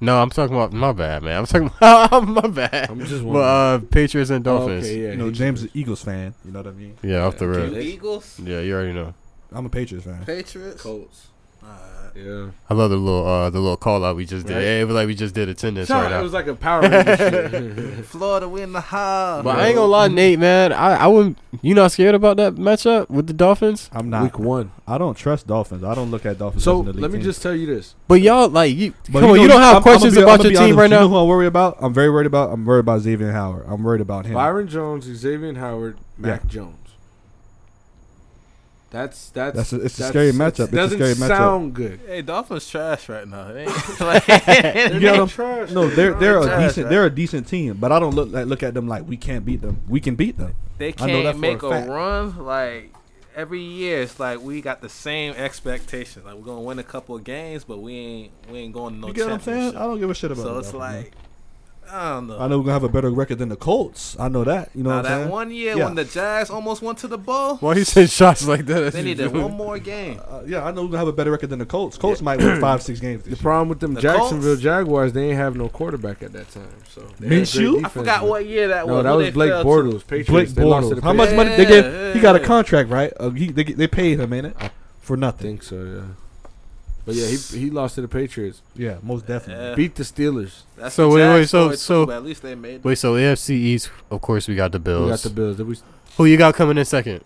Speaker 5: No, I'm talking about my bad, man. I'm talking about my bad.
Speaker 1: I'm just
Speaker 5: But
Speaker 1: wondering.
Speaker 5: uh, Patriots and Dolphins.
Speaker 1: Okay, yeah.
Speaker 4: You know,
Speaker 1: he-
Speaker 4: James is an Eagles fan. You know what I mean?
Speaker 5: yeah. off the
Speaker 1: Okay.
Speaker 5: rip.
Speaker 6: You Eagles,
Speaker 5: Yeah, you already know.
Speaker 4: I'm a Patriots fan.
Speaker 6: Patriots.
Speaker 1: Colts.
Speaker 6: Alright.
Speaker 1: Yeah.
Speaker 5: I love the little uh the little call out we just did.
Speaker 1: Right?
Speaker 5: Yeah, it was like we just did attendance right
Speaker 1: it
Speaker 5: now.
Speaker 1: was like a Power Ranger shit.
Speaker 6: Florida win the house.
Speaker 5: But I ain't gonna lie, Nate, man. I, I would you not scared about that matchup with the Dolphins?
Speaker 4: I'm
Speaker 1: Week
Speaker 4: not.
Speaker 1: one.
Speaker 4: I don't trust Dolphins. I don't look at Dolphins.
Speaker 1: So
Speaker 4: as an elite
Speaker 1: let me
Speaker 4: team.
Speaker 1: just tell you this.
Speaker 5: But y'all like you
Speaker 4: But
Speaker 5: come on,
Speaker 4: know
Speaker 5: you don't
Speaker 4: who-
Speaker 5: have
Speaker 4: I'm-
Speaker 5: questions
Speaker 4: I'ma be-
Speaker 5: about
Speaker 4: I'ma
Speaker 5: your
Speaker 4: be
Speaker 5: team
Speaker 4: honest.
Speaker 5: right
Speaker 4: You know
Speaker 5: now.
Speaker 4: who I'm worried about? I'm very worried about. I'm worried about Xavier Howard. I'm worried about him.
Speaker 1: Byron Jones, Xavier Howard, Mac Jones. That's that's
Speaker 4: That's a- it's a scary matchup.
Speaker 1: It
Speaker 4: It's a
Speaker 1: doesn't
Speaker 4: scary matchup.
Speaker 1: sound good.
Speaker 6: Hey, Dolphins trash right now. It ain't- like-
Speaker 4: You know what
Speaker 1: Trash.
Speaker 4: I'm, no, they're they're a
Speaker 6: Trash,
Speaker 4: decent
Speaker 6: man.
Speaker 4: they're a decent team, but I don't look like look at them like we can't beat them. We can beat them.
Speaker 6: they
Speaker 4: I know that
Speaker 6: can't
Speaker 4: for
Speaker 6: make
Speaker 4: a
Speaker 6: a,
Speaker 4: fact.
Speaker 6: run like every year it's like we got the same expectations like we're gonna win a couple of games but we ain't we ain't going to no
Speaker 4: you get what I'm saying? I
Speaker 6: championship
Speaker 4: don't give a shit about.
Speaker 6: so
Speaker 4: the
Speaker 6: it's
Speaker 4: Dolphins, man.
Speaker 6: like i don't know
Speaker 4: I know we're gonna have a better record than the Colts. I know that. You know
Speaker 6: now
Speaker 4: what
Speaker 6: that
Speaker 4: I'm saying?
Speaker 6: one year
Speaker 4: Yeah.
Speaker 6: when the jazz almost went to the bowl
Speaker 5: Why he said shots like that?
Speaker 6: they needed one more game
Speaker 4: Uh, yeah, I know we're gonna have a better record than the Colts. Colts might win five six games.
Speaker 1: The
Speaker 4: This year.
Speaker 1: problem with them
Speaker 6: The
Speaker 1: Jacksonville
Speaker 6: Colts?
Speaker 1: Jaguars, they ain't have no quarterback at that time. So they had
Speaker 4: Minshew?
Speaker 1: great
Speaker 6: i
Speaker 1: defense,
Speaker 6: forgot
Speaker 1: but-
Speaker 6: what year that
Speaker 1: No,
Speaker 6: was
Speaker 1: that
Speaker 6: who
Speaker 1: was
Speaker 6: they
Speaker 1: Blake
Speaker 6: fell to.
Speaker 1: Bortles. Patriots.
Speaker 4: Blake
Speaker 1: they lost to
Speaker 4: Bortles.
Speaker 1: the
Speaker 4: How much
Speaker 1: Patriots.
Speaker 4: money they
Speaker 6: Yeah,
Speaker 4: gave? He got a
Speaker 6: yeah.
Speaker 4: contract, right? Uh, he, they, they paid him, ain't it? For
Speaker 1: I
Speaker 4: nothing.
Speaker 1: think so. Yeah. But yeah, he he lost to the Patriots.
Speaker 4: Yeah, most definitely.
Speaker 6: Yeah.
Speaker 1: Beat the Steelers.
Speaker 6: That's
Speaker 5: So
Speaker 6: the
Speaker 5: wait, wait,
Speaker 6: Jazz
Speaker 5: so-
Speaker 6: story too,
Speaker 5: so-
Speaker 6: but at least they made it.
Speaker 5: Wait, so AFC East, of course we got the Bills.
Speaker 1: We got the Bills. Did we?
Speaker 5: Who you got coming in second?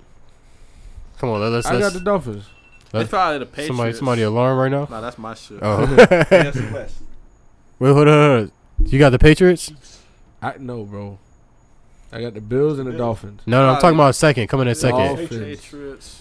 Speaker 5: Come on, let- let's
Speaker 1: I got
Speaker 5: let's
Speaker 1: the Dolphins.
Speaker 6: It's probably the Patriots.
Speaker 5: somebody somebody alarm right now.
Speaker 6: Nah, that's my shit.
Speaker 5: Oh,
Speaker 4: AFC West.
Speaker 5: wait, hold on, hold on. You got the Patriots?
Speaker 1: I no, bro. I got the Bills and the Dolphins.
Speaker 5: No, no, I'm
Speaker 6: Uh,
Speaker 5: talking about second, coming in second.
Speaker 1: Dolphins.
Speaker 6: Patriots,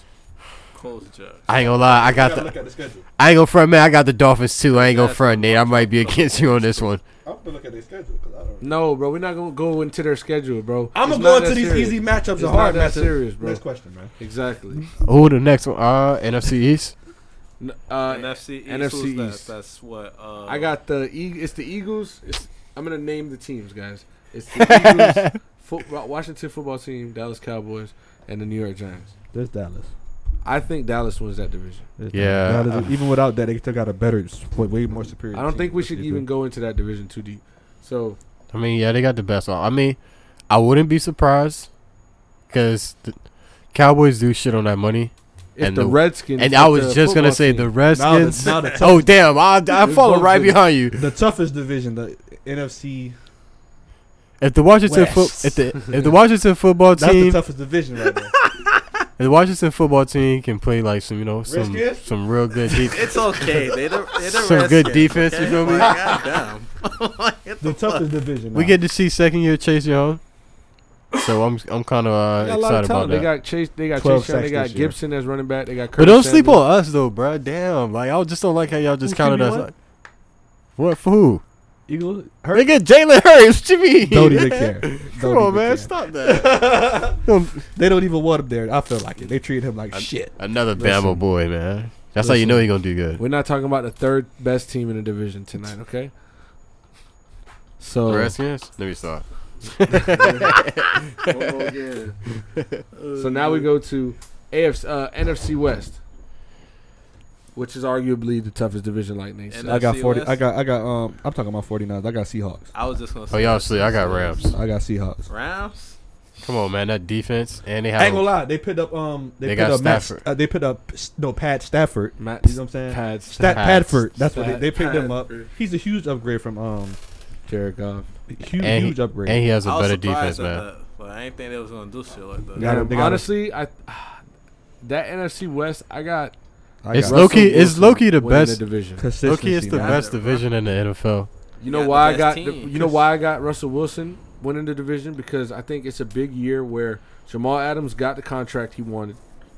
Speaker 6: Colts, Jazz.
Speaker 5: I ain't gonna lie, I got the
Speaker 4: at the schedule.
Speaker 5: I ain't gonna front man, I got the Dolphins too. I ain't gonna
Speaker 6: That's
Speaker 5: front
Speaker 6: the
Speaker 5: Nate. I
Speaker 6: matchup
Speaker 5: might be
Speaker 6: of the
Speaker 5: against you on this one.
Speaker 4: I'm gonna look at their schedule because I don't.
Speaker 1: No, bro. We're not gonna go into their schedule, bro.
Speaker 4: I'm
Speaker 1: It's
Speaker 4: gonna
Speaker 1: not
Speaker 4: go into
Speaker 1: that
Speaker 4: these
Speaker 1: serious.
Speaker 4: easy matchups
Speaker 1: It's
Speaker 4: and
Speaker 1: not
Speaker 4: hard
Speaker 1: that
Speaker 4: matchups.
Speaker 1: serious, bro.
Speaker 4: Next question, man.
Speaker 1: Exactly.
Speaker 5: Oh, the next one. Uh NFC East.
Speaker 1: N- Uh,
Speaker 6: NFC East.
Speaker 1: NFC
Speaker 6: who's that?
Speaker 1: East.
Speaker 6: That's what. Uh,
Speaker 1: I got the. E- it's the Eagles. It's, I'm gonna name the teams, guys. It's the Eagles, football, Washington football team, Dallas Cowboys, and the New York Giants.
Speaker 4: There's Dallas.
Speaker 1: I think Dallas wins that division.
Speaker 4: There's
Speaker 5: Yeah.
Speaker 4: Dallas. Dallas is- even without that, they still got a better, s- way more superior.
Speaker 1: I don't
Speaker 4: team
Speaker 1: think we
Speaker 4: than
Speaker 1: should
Speaker 4: they
Speaker 1: even
Speaker 4: do.
Speaker 1: go into that division too deep. So
Speaker 5: I mean, yeah, they got the best one. I mean, I wouldn't be surprised because the Cowboys do shit on that money.
Speaker 1: if
Speaker 5: And
Speaker 1: the,
Speaker 5: the-
Speaker 1: Redskins,
Speaker 5: And
Speaker 1: if
Speaker 5: I was
Speaker 1: the
Speaker 5: just gonna
Speaker 1: football
Speaker 5: say
Speaker 1: team-
Speaker 5: the Redskins.
Speaker 4: Now the- now the
Speaker 5: oh damn, I I
Speaker 1: They're
Speaker 5: follow
Speaker 1: both
Speaker 5: right
Speaker 1: good.
Speaker 5: behind you.
Speaker 4: The toughest division, the NFC.
Speaker 5: If the Washington fo-
Speaker 4: West.
Speaker 5: if the if the Washington football
Speaker 4: That's the
Speaker 5: team
Speaker 4: toughest division right there.
Speaker 5: if the Washington football team can play like some you know some
Speaker 4: Redskins?
Speaker 5: some real good defense.
Speaker 6: It's okay. They the, they the
Speaker 5: Some good
Speaker 6: Redskins,
Speaker 5: defense, you feel me?
Speaker 6: Like, goddamn.
Speaker 4: the toughest division.
Speaker 5: we
Speaker 4: now.
Speaker 5: get to see second year Chase Young, so I'm I'm kind
Speaker 1: They
Speaker 5: of uh,
Speaker 1: got a lot of
Speaker 5: excited about
Speaker 1: talent. They
Speaker 5: that.
Speaker 1: got Chase. They got
Speaker 4: 12
Speaker 1: Chase Young. They
Speaker 4: sacks
Speaker 1: got
Speaker 4: this year.
Speaker 1: Gibson as running back. They got.
Speaker 5: But
Speaker 1: Curtis
Speaker 5: don't sleep
Speaker 1: Samuel.
Speaker 5: on us though, bruh. Damn, like I just don't like how y'all just
Speaker 4: Who
Speaker 5: counted
Speaker 4: QB
Speaker 5: us.
Speaker 4: one?
Speaker 5: Like, what for who?
Speaker 4: Eagles. Hurt.
Speaker 5: Nigga, Jalen Hurts, Jimmy.
Speaker 4: Don't even care.
Speaker 5: Come
Speaker 4: Don't
Speaker 5: on,
Speaker 4: even
Speaker 5: man,
Speaker 4: care.
Speaker 5: stop that.
Speaker 4: They don't even want him there. I feel like it. They treat him like shit.
Speaker 5: Another Bama boy, man. That's how you know you're gonna do good.
Speaker 1: We're not talking about the third best team in the division tonight, okay? So
Speaker 5: Redskins? Let me stop.
Speaker 1: so now we go to AFC uh, NFC West, which is arguably the toughest division, like Nate said.
Speaker 6: And
Speaker 4: I got
Speaker 6: NFC
Speaker 4: forty.
Speaker 6: West?
Speaker 4: I got. I got. Um, I'm talking about 49ers. I got Seahawks.
Speaker 6: I was just gonna.
Speaker 5: Oh
Speaker 6: say
Speaker 5: y'all see, I got Rams.
Speaker 4: I got Seahawks.
Speaker 6: Rams.
Speaker 5: Come on, man, that defense, and they
Speaker 4: I ain't
Speaker 5: have
Speaker 4: gonna lie. They put up. Um, they,
Speaker 5: They
Speaker 4: put
Speaker 5: got
Speaker 4: up Matt-
Speaker 5: Stafford.
Speaker 4: uh, they put up no Pat Stafford.
Speaker 1: Matt
Speaker 4: You know what I'm saying?
Speaker 1: Pads,
Speaker 4: Stat
Speaker 5: Pat-
Speaker 4: Padford. That's what they,
Speaker 1: Pat-
Speaker 4: they picked him up.
Speaker 1: Padford.
Speaker 4: He's a huge upgrade from um
Speaker 1: Jared Goff.
Speaker 4: huge
Speaker 5: and,
Speaker 4: huge
Speaker 5: he,
Speaker 4: upgrade.
Speaker 5: and he has a
Speaker 6: I was
Speaker 5: better
Speaker 6: surprised
Speaker 5: defense,
Speaker 6: at
Speaker 5: man.
Speaker 6: that, but I didn't think they was gonna do shit like that.
Speaker 4: Got 'em.
Speaker 1: Um,
Speaker 4: they got 'em.
Speaker 1: honestly, I that NFC West, I got
Speaker 4: I
Speaker 5: It's
Speaker 4: got
Speaker 5: low key.
Speaker 1: Russell
Speaker 5: It's
Speaker 1: Wilson
Speaker 5: low key the
Speaker 1: winning
Speaker 5: best.
Speaker 1: the division.
Speaker 5: Low
Speaker 4: consistency,
Speaker 5: key, it's the
Speaker 4: man.
Speaker 5: best division in the NFL.
Speaker 1: You
Speaker 6: You
Speaker 1: know
Speaker 6: got the
Speaker 1: why I
Speaker 6: best
Speaker 1: got the,
Speaker 6: team.
Speaker 1: you know why I got Russell Wilson winning the division because I think it's a big year where Jamal Adams got the contract he wanted.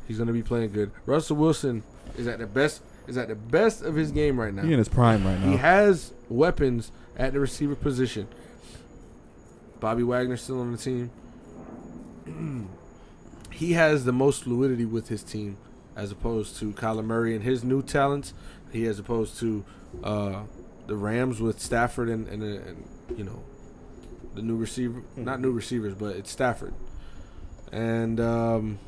Speaker 1: He's going to be playing good. Russell Wilson is at the best is at the best of his game right now.
Speaker 4: He in his prime right
Speaker 1: He
Speaker 4: now.
Speaker 1: has weapons at the receiver position. Bobby Wagner still on the team. he has the most fluidity with his team, as opposed to Kyler Murray and his new talents. He as opposed to uh, the Rams with Stafford and, and, uh, and you know the new receiver,
Speaker 4: Hmm.
Speaker 1: not new receivers, but it's Stafford. And um,